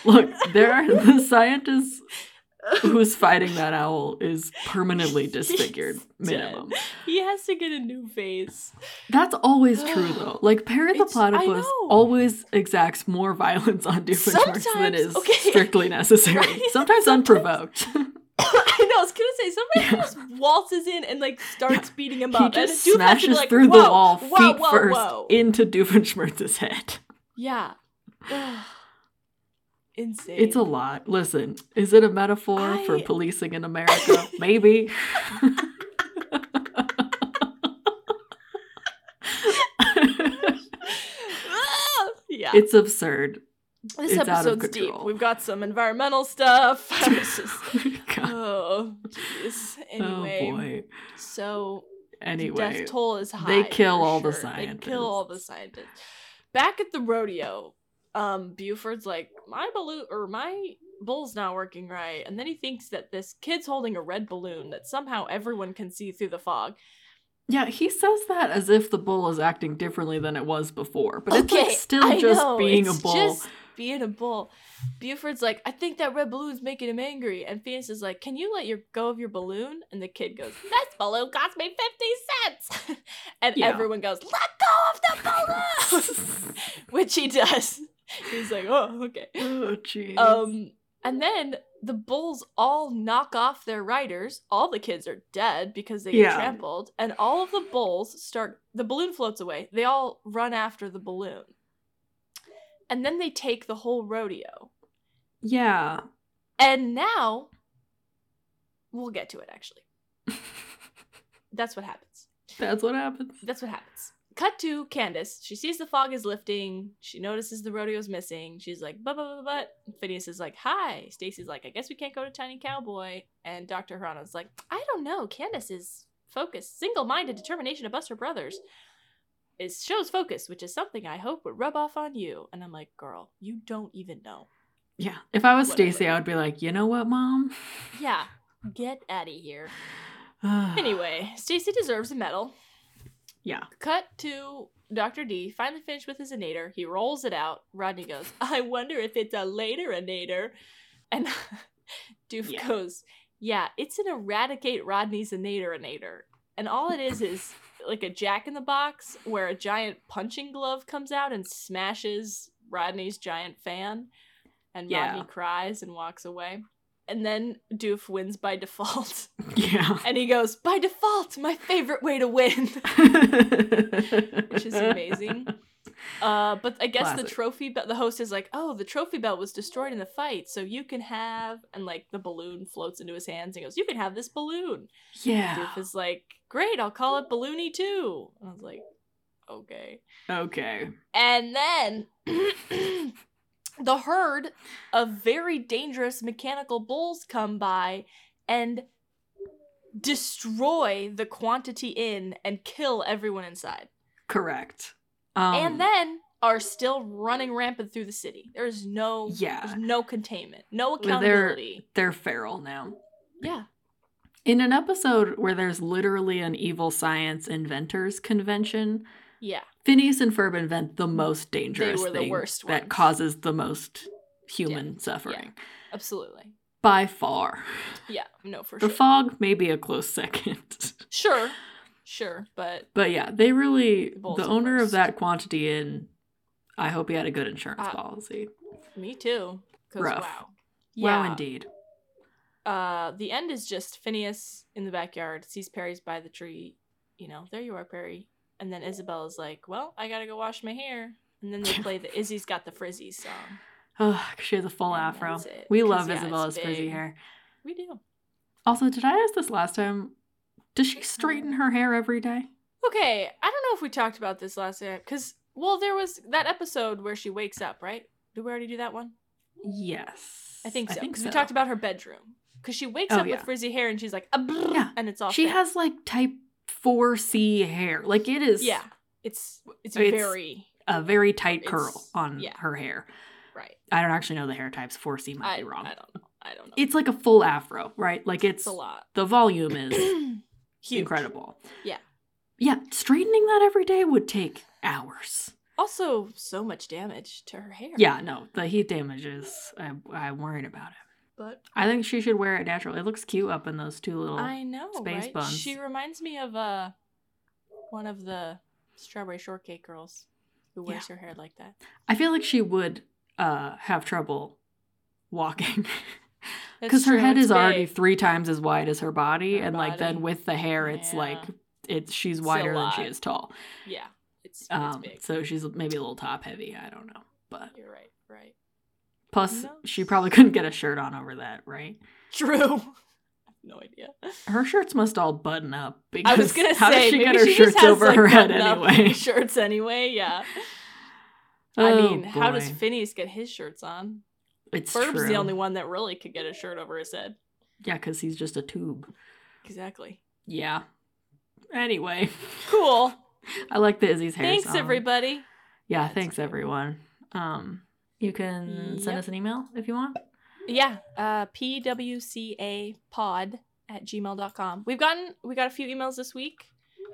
Look, there are the scientist who's fighting that owl is permanently disfigured, He's dead. minimum. he has to get a new face. That's always true though. Like Perry the It's- I platypus know. always exacts more violence on Doofenshmirtz than Sometimes- is okay. strictly necessary. Right? Sometimes, Sometimes- unprovoked. I know. I was gonna say somebody Yeah. just waltzes in and like starts beating him he up, just and a dude has to be smashes like, through whoa, the wall whoa, feet whoa, first Whoa. into Doofenshmirtz's head. yeah. Ugh. Insane. It's a lot. Listen, is it a metaphor for I- policing in America? Maybe. Ah! yeah. it's absurd. this it's out of episode's deep. control. We've got some environmental stuff. I was just God. Oh, jeez. Anyway, Oh boy. so the Anyway, death toll is high. kill for all the sure. They kill all the scientists. scientists. Back at the rodeo, um, Buford's like, my balloon or my bull's not working right, and then he thinks that this kid's holding a red balloon that somehow everyone can see through the fog. yeah, he says that as if the bull is acting differently than it was before, but it's like Okay, still I just know, being it's a bull. Just being a bull. Buford's like, I think that red balloon's making him angry. And Phoenix is like, Can you let your go of your balloon? And the kid goes, This balloon cost me fifty cents. and Yeah. everyone goes, Let go of the balloon, which he does. He's like, Oh, okay. oh jeez. Um, and then the bulls all knock off their riders. All the kids are dead because they get Yeah. trampled, and all of the bulls start. The balloon floats away. They all run after the balloon, and then they take the whole rodeo. yeah. And now, we'll get to it. Actually, that's what happens. That's what happens. That's what happens. Cut to Candace. She sees the fog is lifting. She notices the rodeo's missing. She's like, but, but, but, but. Phineas is like, hi. Stacy's like, I guess we can't go to Tiny Cowboy. And Dr. Hirano's like, I don't know. Candace is focused, single minded determination to bust her brothers. It shows focus, which is something I hope would rub off on you. And I'm like, girl, you don't even know. Yeah. If I was Whatever. Stacy, I would be like, you know what, mom? Yeah, get out of here. Anyway, Stacy deserves a medal. Yeah. Cut to Dr. D, finally finished with his innator. He rolls it out. Rodney goes, I wonder if it's a later innator. And Doof Yeah. goes, Yeah, it's an eradicate Rodney's innator innator. And all it is is like a jack in the box where a giant punching glove comes out and smashes Rodney's giant fan. And Yeah. Rodney cries and walks away. And then Doof wins by default. Yeah. And he goes, by default, my favorite way to win. Which is amazing. Uh, but I guess the Classic. trophy belt, the host is like, oh, the trophy belt was destroyed in the fight, so you can have, and like the balloon floats into his hands and he goes, you can have this balloon. Yeah. Doof is like, great, I'll call it Balloony too. And I was like, okay. Okay. And then the herd of very dangerous mechanical bulls come by and destroy the quantity in and kill everyone inside. Correct. Um, and then are still running rampant through the city. There is no yeah, there's no containment, no they're- accountability. they're feral now. Yeah. In an episode where there's literally an evil science inventors convention, Yeah. Phineas and Ferb invent the most dangerous were the thing worst that ones. causes the most human suffering Absolutely. by far. Yeah. No, for The sure. fog may be a close second. sure. Sure. But But yeah, they really The the, bulls are owner first. of that quantity in I hope he had a good insurance Uh, policy. Me too. 'Cause Rough. wow. Wow, Yeah. indeed. Uh, the end is just Phineas in the backyard sees Perry's by the tree. You know, there you are, Perry. And then Isabel is like, "Well, I gotta go wash my hair." And then they play the Izzy's Got the Frizzies song. Oh, she has a full And afro. that's it. We 'Cause, love yeah, it's Isabella's frizzy big. hair. We do. Also, did I ask this last time? Does she straighten her hair every day? Okay, I don't know if we talked about this last time because well, there was that episode where she wakes up, right? Did we already do that one? Yes. I think so. Because we talked about her bedroom. Because she wakes Oh, up yeah. with frizzy hair and she's like, "Ah, brr," Yeah. and it's all She thick. has like type 4C hair. Like it is yeah. It's it's, It's- very a very tight curl It's- on yeah. her hair. right. I don't actually know the hair types. 4C might I, be wrong. I don't know. I don't know. it's like a full afro, right? Like It's it's, a lot. the volume is Huge. incredible. Yeah. Yeah, straightening that every day would take hours. Also, so much damage to her hair. Yeah, no, the heat damages. I, I'm worried about it. but I think she should wear it natural. It looks cute up in those two little. I know, space right? buns. She reminds me of uh, one of the strawberry shortcake girls who wears her hair like that. I feel like she would uh, have trouble walking That's because her true, head it's is already big. three times as wide as her body, Her and like then body. with the hair, it's Yeah. like it's she's It's a wider than she lot. is tall. yeah. It's, it's Um, big. so she's maybe a little top heavy. I don't know, but You're right. Right. plus knows? she probably couldn't get a shirt on over that, right? True. I have no idea. Her shirts must all button up because I was gonna how does say she maybe get her she shirts just has, over like, her head button-up anyway? Shirts anyway. Yeah. I Oh, mean, how does boy. Phineas get his shirts on? it's Burb's true. the only one that really could get a shirt over his head. Yeah, because he's just a tube. Exactly. Yeah. Anyway, Cool. I like the Izzy's hair. Thanks, song. everybody. Yeah, That's thanks cute. everyone. Um, you can send Yep. us an email if you want. Yeah. Uh, PWCA pod at gmail.com. We've gotten, we got a few emails this week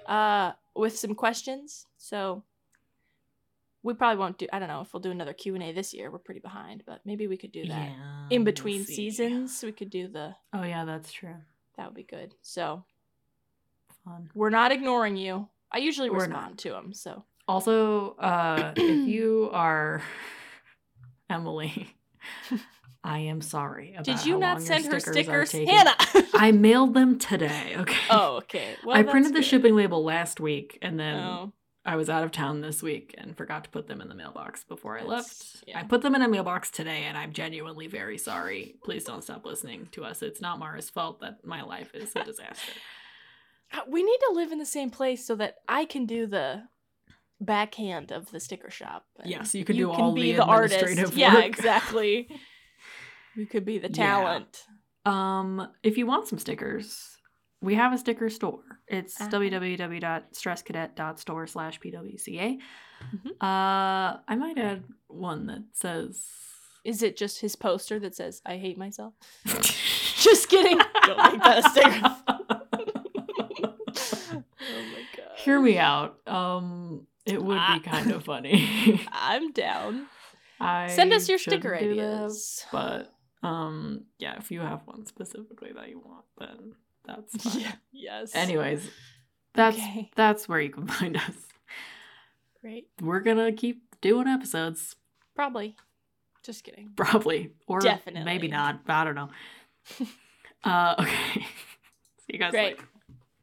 uh, with some questions. So we probably won't do, I don't know if we'll do another Q&A this year. We're pretty behind, but maybe we could do that. In we'll between see. seasons, we could do the, Oh yeah, that's true. that would be good. So Fun. we're not ignoring you. I usually We're respond to 'em, to them. So Also, uh, if you are Emily, I am sorry. About did you how not long your send her are stickers? taking. Hannah! I mailed them today. Okay. oh, okay. Well, I that's printed the good. shipping label last week, and then Oh. I was out of town this week and forgot to put them in the mailbox before I That's- left. yeah. I put them in a mailbox today, and I'm genuinely very sorry. Please don't stop listening to us. It's not Mara's fault that my life is a disaster. Uh, We need to live in the same place so that I can do the backhand of the sticker shop. and Yes, you can do all the administrative Yeah, work. exactly. You could be the Yeah. talent. um, if you want some stickers, we have a sticker store. It's Uh-huh. www.stresscadet.store slash pwca. Mm-hmm. Uh, I might add one that says. Is it just his poster that says "I hate myself"? just kidding. Don't make that a sticker. oh my god. Hear me out. Um, it would Ah. be kind of funny. I'm down. I Send us your shouldn't sticker do ideas. this, but um, yeah, if you have one specifically that you want, then that's fine. Yeah. Yes. Anyways, that's Okay. that's where you can find us. Great. We're gonna keep doing episodes, Probably. Just kidding. probably, or Definitely. maybe not. I don't know. uh, okay. See you guys Great. later.